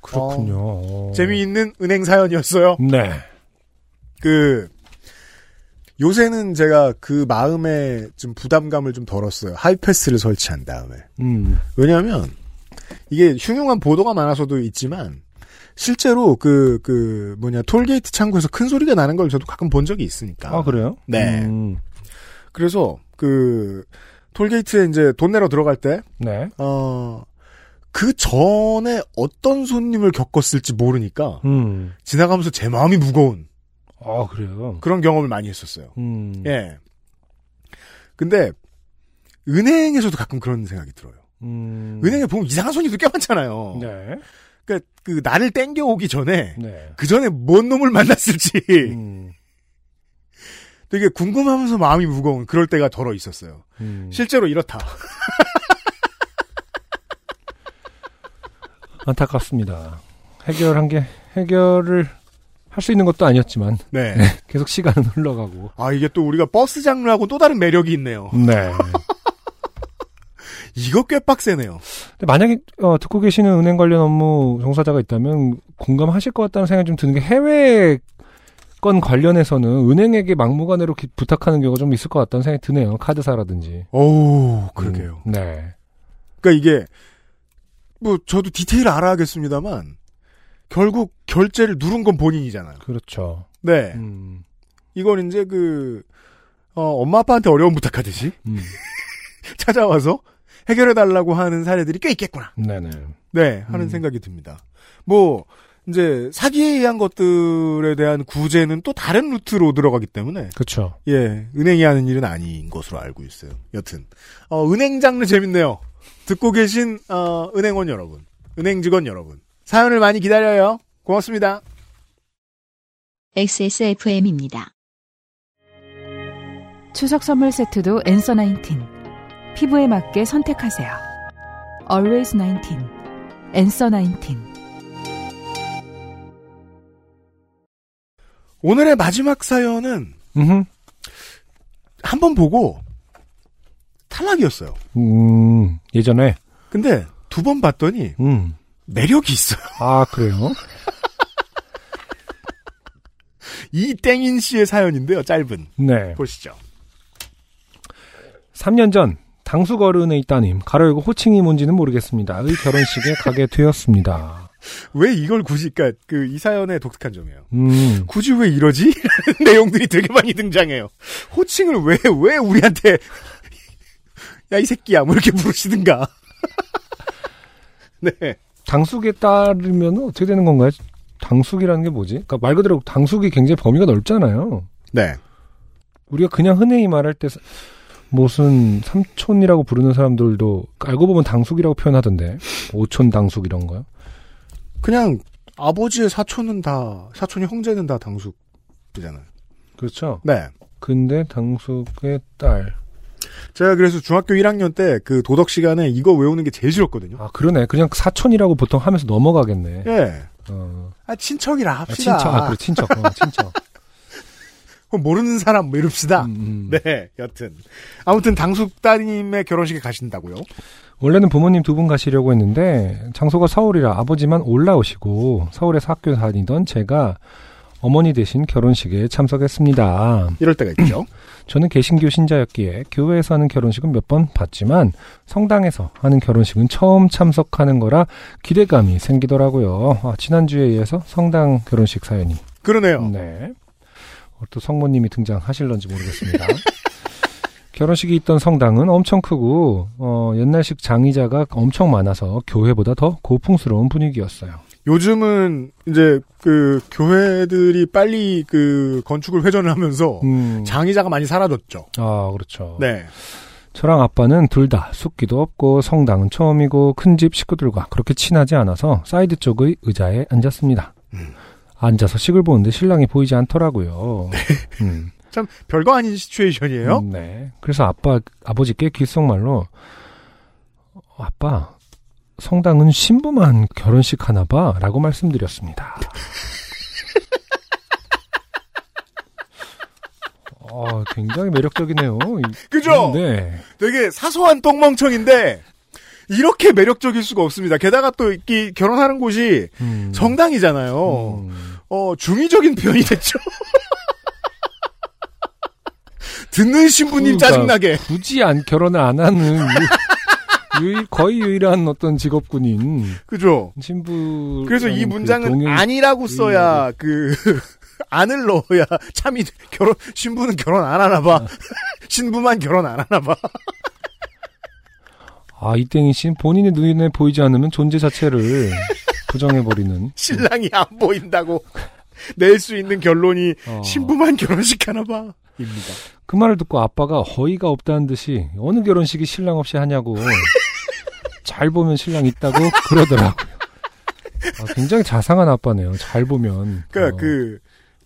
그렇군요. 어. 재미있는 은행 사연이었어요. 네. 그 요새는 제가 그 마음에 좀 부담감을 좀 덜었어요. 하이패스를 설치한 다음에. 음. 왜냐하면 이게 흉흉한 보도가 많아서도 있지만 실제로 그 그 뭐냐 톨게이트 창구에서 큰 소리가 나는 걸 저도 가끔 본 적이 있으니까. 아, 그래요? 네. 음. 그래서 그 톨게이트에 이제 돈 내러 들어갈 때 네. 어. 그 전에 어떤 손님을 겪었을지 모르니까 음. 지나가면서 제 마음이 무거운 아, 그래요. 그런 경험을 많이 했었어요. 음. 예. 근데 은행에서도 가끔 그런 생각이 들어요. 음. 은행에 보면 이상한 손님도 꽤 많잖아요. 네. 그러니까 그 나를 땡겨오기 전에 네. 그 전에 뭔 놈을 만났을지 음. 되게 궁금하면서 마음이 무거운 그럴 때가 덜어 있었어요. 음. 실제로 이렇다. 안타깝습니다. 해결한 게 해결을 할 수 있는 것도 아니었지만 네. 계속 시간은 흘러가고. 아 이게 또 우리가 버스 장르하고 또 다른 매력이 있네요. 네. 이거 꽤 빡세네요. 근데 만약에 어, 듣고 계시는 은행 관련 업무 종사자가 있다면 공감하실 것 같다는 생각이 좀 드는 게 해외 건 관련해서는 은행에게 막무가내로 기- 부탁하는 경우가 좀 있을 것 같다는 생각이 드네요. 카드사라든지. 어우, 그러게요. 음, 네. 그러니까 이게 뭐 저도 디테일 알아야겠습니다만 결국 결제를 누른 건 본인이잖아요. 그렇죠. 네, 음, 이건 이제 그 어, 엄마 아빠한테 어려운 부탁하듯이 음. 찾아와서 해결해 달라고 하는 사례들이 꽤 있겠구나. 네네. 네, 하는 음. 생각이 듭니다. 뭐 이제 사기에 의한 것들에 대한 구제는 또 다른 루트로 들어가기 때문에 그렇죠. 예, 은행이 하는 일은 아닌 것으로 알고 있어요. 여튼, 어, 은행 장르 재밌네요. 듣고 계신, 어, 은행원 여러분, 은행 직원 여러분. 사연을 많이 기다려요. 고맙습니다. XSFM입니다. 추석 선물 세트도 엔서 19. 피부에 맞게 선택하세요. Always 19. 엔서 19. 오늘의 마지막 사연은 음흠. 한 번 보고 탈락이었어요. 음, 예전에. 근데 두 번 봤더니 음. 매력이 있어요. 아, 그래요? 이 땡인 씨의 사연인데요, 짧은. 네. 보시죠. 3년 전 당수거른에 있다님 가로 열고 호칭이 뭔지는 모르겠습니다. 의 결혼식에 가게 되었습니다. 왜 이걸 굳이, 그니까, 그, 이 사연의 독특한 점이에요. 음, 굳이 왜 이러지? 라는 내용들이 되게 많이 등장해요. 호칭을 왜, 왜 우리한테, 야, 이 새끼야, 뭐 이렇게 부르시든가. 네. 당숙에 따르면 어떻게 되는 건가요? 당숙이라는 게 뭐지? 그러니까 말 그대로 당숙이 굉장히 범위가 넓잖아요. 네. 우리가 그냥 흔히 말할 때 사- 무슨 삼촌이라고 부르는 사람들도 알고 보면 당숙이라고 표현하던데 오촌 당숙 이런 거요. 그냥, 아버지의 사촌은 다, 사촌이 형제는 다 당숙이잖아요. 그렇죠. 네. 근데 당숙의 딸. 제가 그래서 중학교 1학년 때 그 도덕 시간에 이거 외우는 게 제일 싫었거든요. 아 그러네. 그냥 사촌이라고 보통 하면서 넘어가겠네. 예. 어. 아, 친척이라 아, 합시다. 친척. 아 그래 친척. 어, 친척. 그럼 모르는 사람 뭐 이럽시다. 음, 음. 네, 여튼. 아무튼 당숙 따님의 결혼식에 가신다고요? 원래는 부모님 두 분 가시려고 했는데 장소가 서울이라 아버지만 올라오시고 서울에서 학교 다니던 제가 어머니 대신 결혼식에 참석했습니다. 이럴 때가 있죠. 저는 개신교 신자였기에 교회에서 하는 결혼식은 몇 번 봤지만 성당에서 하는 결혼식은 처음 참석하는 거라 기대감이 생기더라고요. 아, 지난주에 의해서 성당 결혼식 사연이. 그러네요. 네. 어, 또 성모님이 등장하실런지 모르겠습니다. 결혼식이 있던 성당은 엄청 크고 어, 옛날식 장의자가 엄청 많아서 교회보다 더 고풍스러운 분위기였어요. 요즘은 이제 그 교회들이 빨리 그 건축을 회전을 하면서 음, 장의자가 많이 사라졌죠. 아 그렇죠. 네. 저랑 아빠는 둘 다 숙기도 없고 성당은 처음이고 큰 집 식구들과 그렇게 친하지 않아서 사이드 쪽의 의자에 앉았습니다. 음. 앉아서 식을 보는데 신랑이 보이지 않더라고요. 음. 참 별거 아닌 시츄에이션이에요. 음, 네. 그래서 아빠 아버지께 귓속말로 아빠 성당은 신부만 결혼식 하나봐라고 말씀드렸습니다. 아, 굉장히 매력적이네요. 이- 그죠? 네. 되게 사소한 똥멍청인데 이렇게 매력적일 수가 없습니다. 게다가 또 이 결혼하는 곳이 음. 성당이잖아요. 음. 어, 중의적인 표현이 됐죠. 듣는 신부님 그러니까 짜증나게. 굳이 안 결혼을 안 하는 유- 유일- 거의 유일한 어떤 직업군인 그죠? 신부. 그래서 이 문장은 동행... 음. 아니라고 써야 그 안을 넣어야 참이 결혼 신부는 결혼 안 하나 봐 신부만 결혼 안 하나 봐 아, 이땡이 씨 본인의 눈에 보이지 않으면 존재 자체를 부정해버리는. 신랑이 안 보인다고 낼 수 있는 결론이 어. 신부만 결혼식 하나 봐입니다. 그 말을 듣고 아빠가 허위가 없다는 듯이 어느 결혼식이 신랑 없이 하냐고 잘 보면 신랑 있다고 그러더라고요. 아, 굉장히 자상한 아빠네요. 잘 보면. 그러니까 어, 그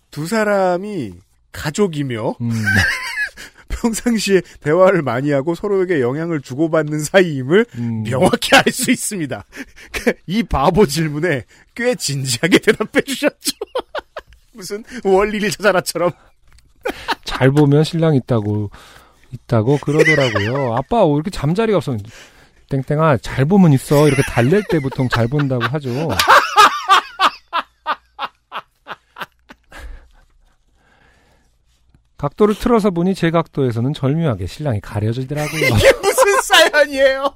두 사람이 가족이며 음, 평상시에 대화를 많이 하고 서로에게 영향을 주고받는 사이임을 음. 명확히 알 수 있습니다. 이 바보 질문에 꽤 진지하게 대답해 주셨죠. 무슨 원리를 찾아라처럼. 잘 보면 신랑 있다고 있다고 그러더라고요. 아빠 왜 이렇게 잠자리가 없어? 땡땡아 잘 보면 있어 이렇게 달랠 때 보통 잘 본다고 하죠. 각도를 틀어서 보니 제 각도에서는 절묘하게 신랑이 가려지더라고요. 무슨 사연이에요?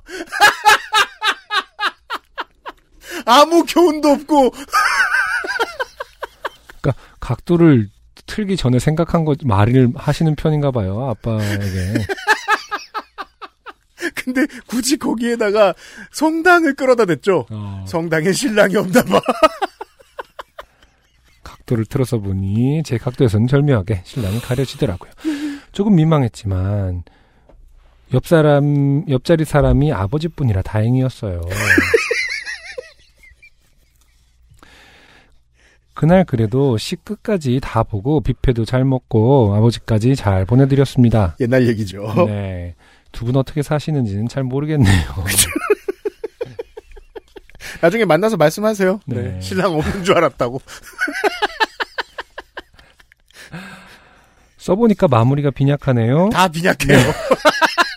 아무 교훈도 없고 그러니까 각도를 틀기 전에 생각한 거 말을 하시는 편인가 봐요. 아빠에게. 근데 굳이 거기에다가 성당을 끌어다 댔죠. 어, 성당에 신랑이 없나 봐. 각도를 틀어서 보니 제 각도에서는 절묘하게 신랑이 가려지더라고요. 조금 민망했지만 옆 사람 옆자리 사람이 아버지뿐이라 다행이었어요. 그날 그래도 시 끝까지 다 보고 뷔페도 잘 먹고 아버지까지 잘 보내드렸습니다. 옛날 얘기죠. 네. 두 분 어떻게 사시는지는 잘 모르겠네요. 나중에 만나서 말씀하세요. 네. 네, 신랑 없는 줄 알았다고. 써보니까 마무리가 빈약하네요. 다 빈약해요.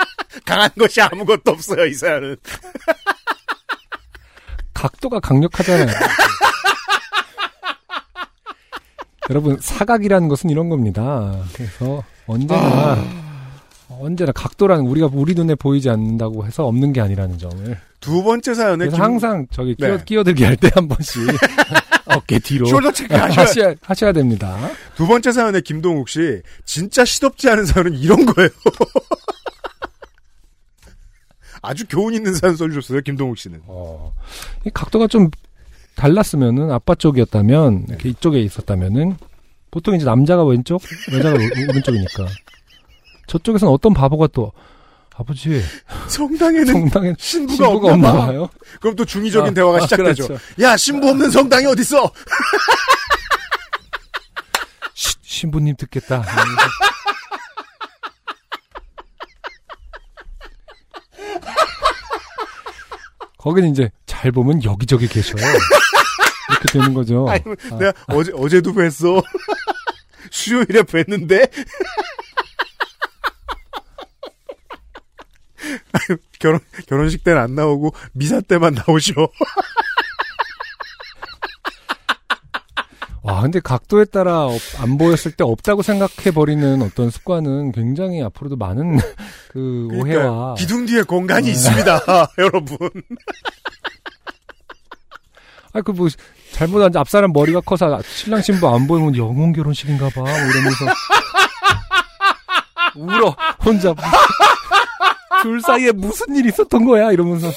강한 것이 아무것도 없어요, 이 사연은. 각도가 강력하잖아요. 여러분 사각이라는 것은 이런 겁니다. 그래서 언제나 아. 언제나 각도라는 우리가 우리 눈에 보이지 않는다고 해서 없는 게 아니라는 점을 두 번째 사연에 그래서 항상 저기 끼어, 네. 끼어들기 할 때 한 번씩 어깨 뒤로 숄더 체크 하셔야 하셔야, 하셔야 됩니다. 두 번째 사연에 김동욱 씨 진짜 시덥지 않은 사연은 이런 거예요. 아주 교훈 있는 사연 써주셨어요, 김동욱 씨는. 어, 이 각도가 좀 달랐으면은 아빠 네. 쪽이었다면 이렇게 이쪽에 있었다면은 보통 이제 남자가 왼쪽, 여자가 오- 오른쪽이니까 저쪽에서는 어떤 바보가 또 아버지 성당에는 성당에 신부가, 신부가 없나 없나 봐. 봐요. 그럼 또 중의적인 아, 대화가 아, 시작되죠. 그렇죠. 야, 신부 없는 성당이 어딨어? 쉿, 신부님 듣겠다. 이러면서. 거기는 이제 잘 보면 여기저기 계셔. 이렇게 되는 거죠. 아니, 아. 내가 어제, 어제도 뵀어. 수요일에 뵀는데? 아유, 결혼, 결혼식 때는 안 나오고, 미사 때만 나오셔. 와, 근데 각도에 따라 없- 안 보였을 때 없다고 생각해버리는 어떤 습관은 굉장히 앞으로도 많은 그 오해와. 그러니까 기둥 뒤에 공간이 있습니다, 여러분. 아, 그 뭐, 잘못한 이제 앞사람 머리가 커서 신랑 신부 안 보이면 영혼 결혼식인가 봐. 뭐 이러면서. 울어, 혼자. 둘 사이에 무슨 일이 있었던 거야? 이러면서.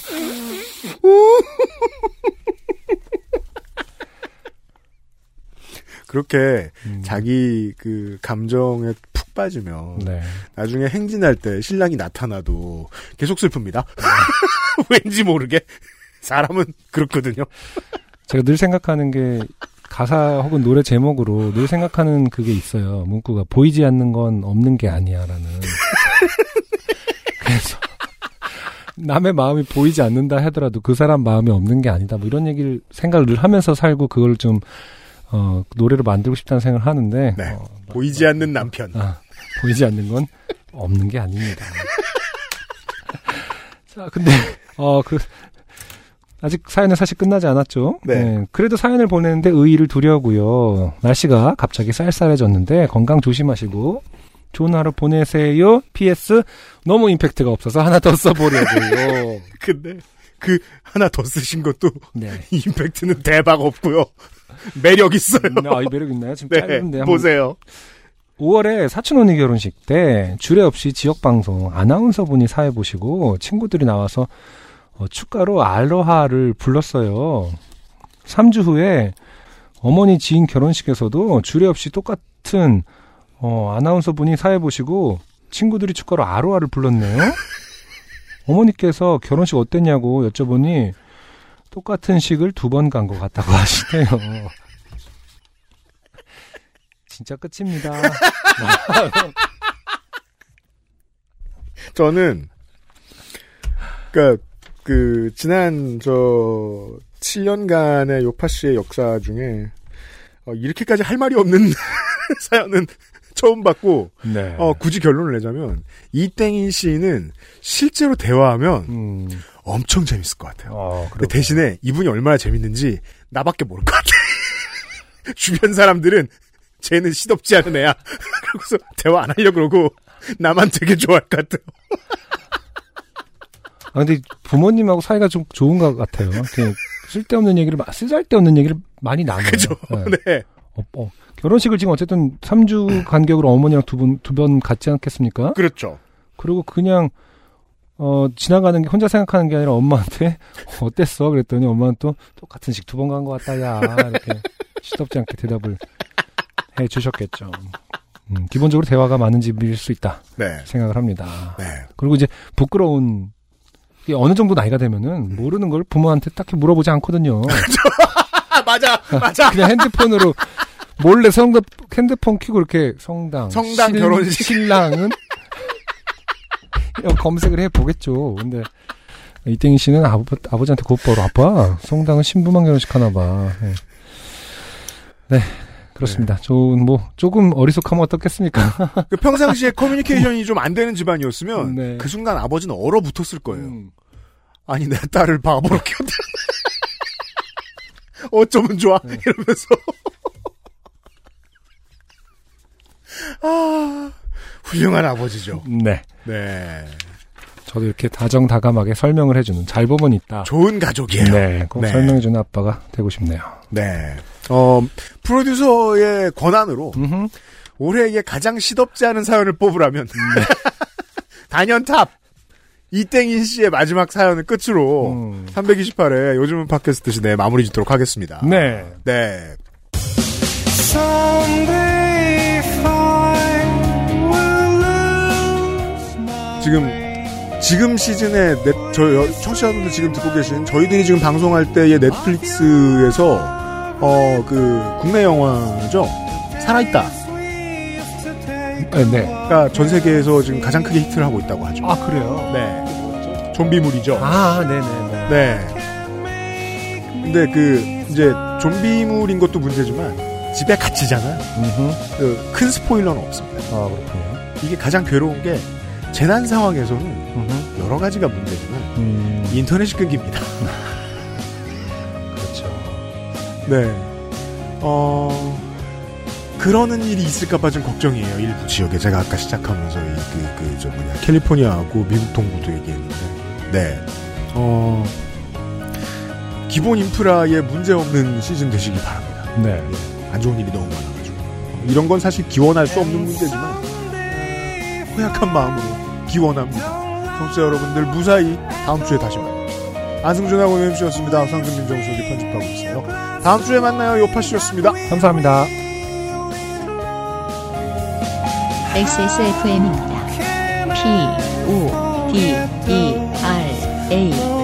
그렇게 음, 자기 그 감정에 푹 빠지면 네. 나중에 행진할 때 신랑이 나타나도 계속 슬픕니다. 왠지 모르게 사람은 그렇거든요. 제가 늘 생각하는 게 가사 혹은 노래 제목으로 늘 생각하는 그게 있어요. 문구가 보이지 않는 건 없는 게 아니야라는. 그래서 남의 마음이 보이지 않는다 하더라도 그 사람 마음이 없는 게 아니다. 뭐 이런 얘기를 생각을 늘 하면서 살고 그걸 좀 어, 노래로 만들고 싶다는 생각을 하는데 네. 어, 보이지 않는 남편. 아, 보이지 않는 건 없는 게 아닙니다. 자, 근데, 어, 그, 아직 사연은 사실 끝나지 않았죠? 네. 그래도 사연을 보내는데 의의를 두려고요. 날씨가 갑자기 쌀쌀해졌는데 건강 조심하시고 좋은 하루 보내세요. PS 너무 임팩트가 없어서 하나 더 써보려고요. 근데 그 하나 더 쓰신 것도 네. 임팩트는 대박 없고요. 매력 있어요. 아, 이 매력 있나요? 지금 네, 짧은데 한번 보세요. 5월에 사촌 언니 결혼식 때 주례 없이 지역 방송 아나운서 분이 사회 보시고 친구들이 나와서 어, 축가로 알로하를 불렀어요. 3주 후에 어머니 지인 결혼식에서도 주례 없이 똑같은 어, 아나운서 분이 사회 보시고 친구들이 축가로 아로하를 불렀네요. 어머니께서 결혼식 어땠냐고 여쭤보니 똑같은 식을 두 번 간 것 같다고 하시네요. 진짜 끝입니다. 저는 그러니까 그 지난 저 7년간의 요파 씨의 역사 중에 어, 이렇게까지 할 말이 없는 사연은 처음 봤고 네. 어, 굳이 결론을 내자면 이땡인 씨는 실제로 대화하면 음. 엄청 재밌을 것 같아요. 어, 근데 대신에 이분이 얼마나 재밌는지 나밖에 모를 것 같아. 주변 사람들은 쟤는 시덥지 않은 애야. 그러고서 대화 안 하려고 그러고 나만 되게 좋아할 것 같아요. 아, 근데 부모님하고 사이가 좀 좋은 것 같아요. 이렇게 쓸데없는 얘기를, 마- 쓰잘데없는 얘기를 많이 나눠요. 그죠? 네. 네. 어, 어. 결혼식을 지금 어쨌든 3주 간격으로 어머니랑 두 분, 두 번 갔지 않겠습니까? 그렇죠. 그리고 그냥, 어, 지나가는 게 혼자 생각하는 게 아니라 엄마한테 어땠어? 그랬더니 엄마는 또 똑같은 식 두 번 간 것 같다, 야. 이렇게 시덥지 않게 대답을 해 주셨겠죠. 음, 기본적으로 대화가 많은 집일 수 있다 네. 생각을 합니다. 네. 그리고 이제 부끄러운 이게 어느 정도 나이가 되면은 모르는 걸 부모한테 딱히 물어보지 않거든요. 아, 맞아. 맞아. 그냥 핸드폰으로 몰래 성답 핸드폰 켜고 이렇게 성당, 성당, 결혼식. 신랑은 이런 검색을 해 보겠죠. 근데 이땡희 씨는 아버, 아버지한테 곧바로 아빠 성당은 신부만 결혼식 하나봐. 네. 네, 그렇습니다. 좋은 뭐 조금 어리석하면 어떻겠습니까? 그 평상시에 커뮤니케이션이 좀 안 되는 집안이었으면 네. 그 순간 아버지는 얼어붙었을 거예요. 음. 아니 내 딸을 바보로 키웠다. 어쩌면 좋아 이러면서 아 훌륭한 아버지죠. 네, 네 저도 이렇게 다정다감하게 설명을 해주는 잘 보면 있다. 좋은 가족이에요. 네, 꼭 네. 설명해주는 아빠가 되고 싶네요. 네. 어 프로듀서의 권한으로 올해의 가장 시덥지 않은 사연을 뽑으라면 단연탑 이땡인 씨의 마지막 사연을 끝으로 음. 328회 요즘은 팟캐스트 시대 마무리 짓도록 하겠습니다. 네. 네. 지금 지금 시즌에 넷, 저 여- 청취자분들 지금 듣고 계신 저희들이 지금 방송할 때의 넷플릭스에서 어 그 국내 영화죠 살아있다. 네, 네. 그러니까 전 세계에서 지금 가장 크게 히트를 하고 있다고 하죠. 아, 그래요? 네. 좀비물이죠. 아, 네네네. 네. 근데 그 이제 좀비물인 것도 문제지만 집에 갇히잖아요. 음흠. 그 큰 스포일러는 없습니다. 아, 그렇군요. 이게 가장 괴로운 게 재난 상황에서는 음흠. 여러 가지가 문제지만 음, 인터넷이 끊깁니다. 그렇죠. 네. 어 그러는 일이 있을까봐 좀 걱정이에요. 일부 지역에 제가 아까 시작하면서 이그그저 뭐냐 캘리포니아하고 미국 동부도 얘기했는데 네. 어 기본 인프라에 문제 없는 시즌 되시길 바랍니다. 네. 안 좋은 일이 너무 많아가지고 이런 건 사실 기원할 수 없는 문제지만 허약한 마음으로 기원합니다. 청취자 여러분들 무사히 다음 주에 다시 만나요. 안승준하고 UMC였습니다. 상승민 정수기 편집하고 있어요. 다음 주에 만나요. 요파 씨였습니다. 감사합니다. XSFM입니다. P, O, D, E, R, A.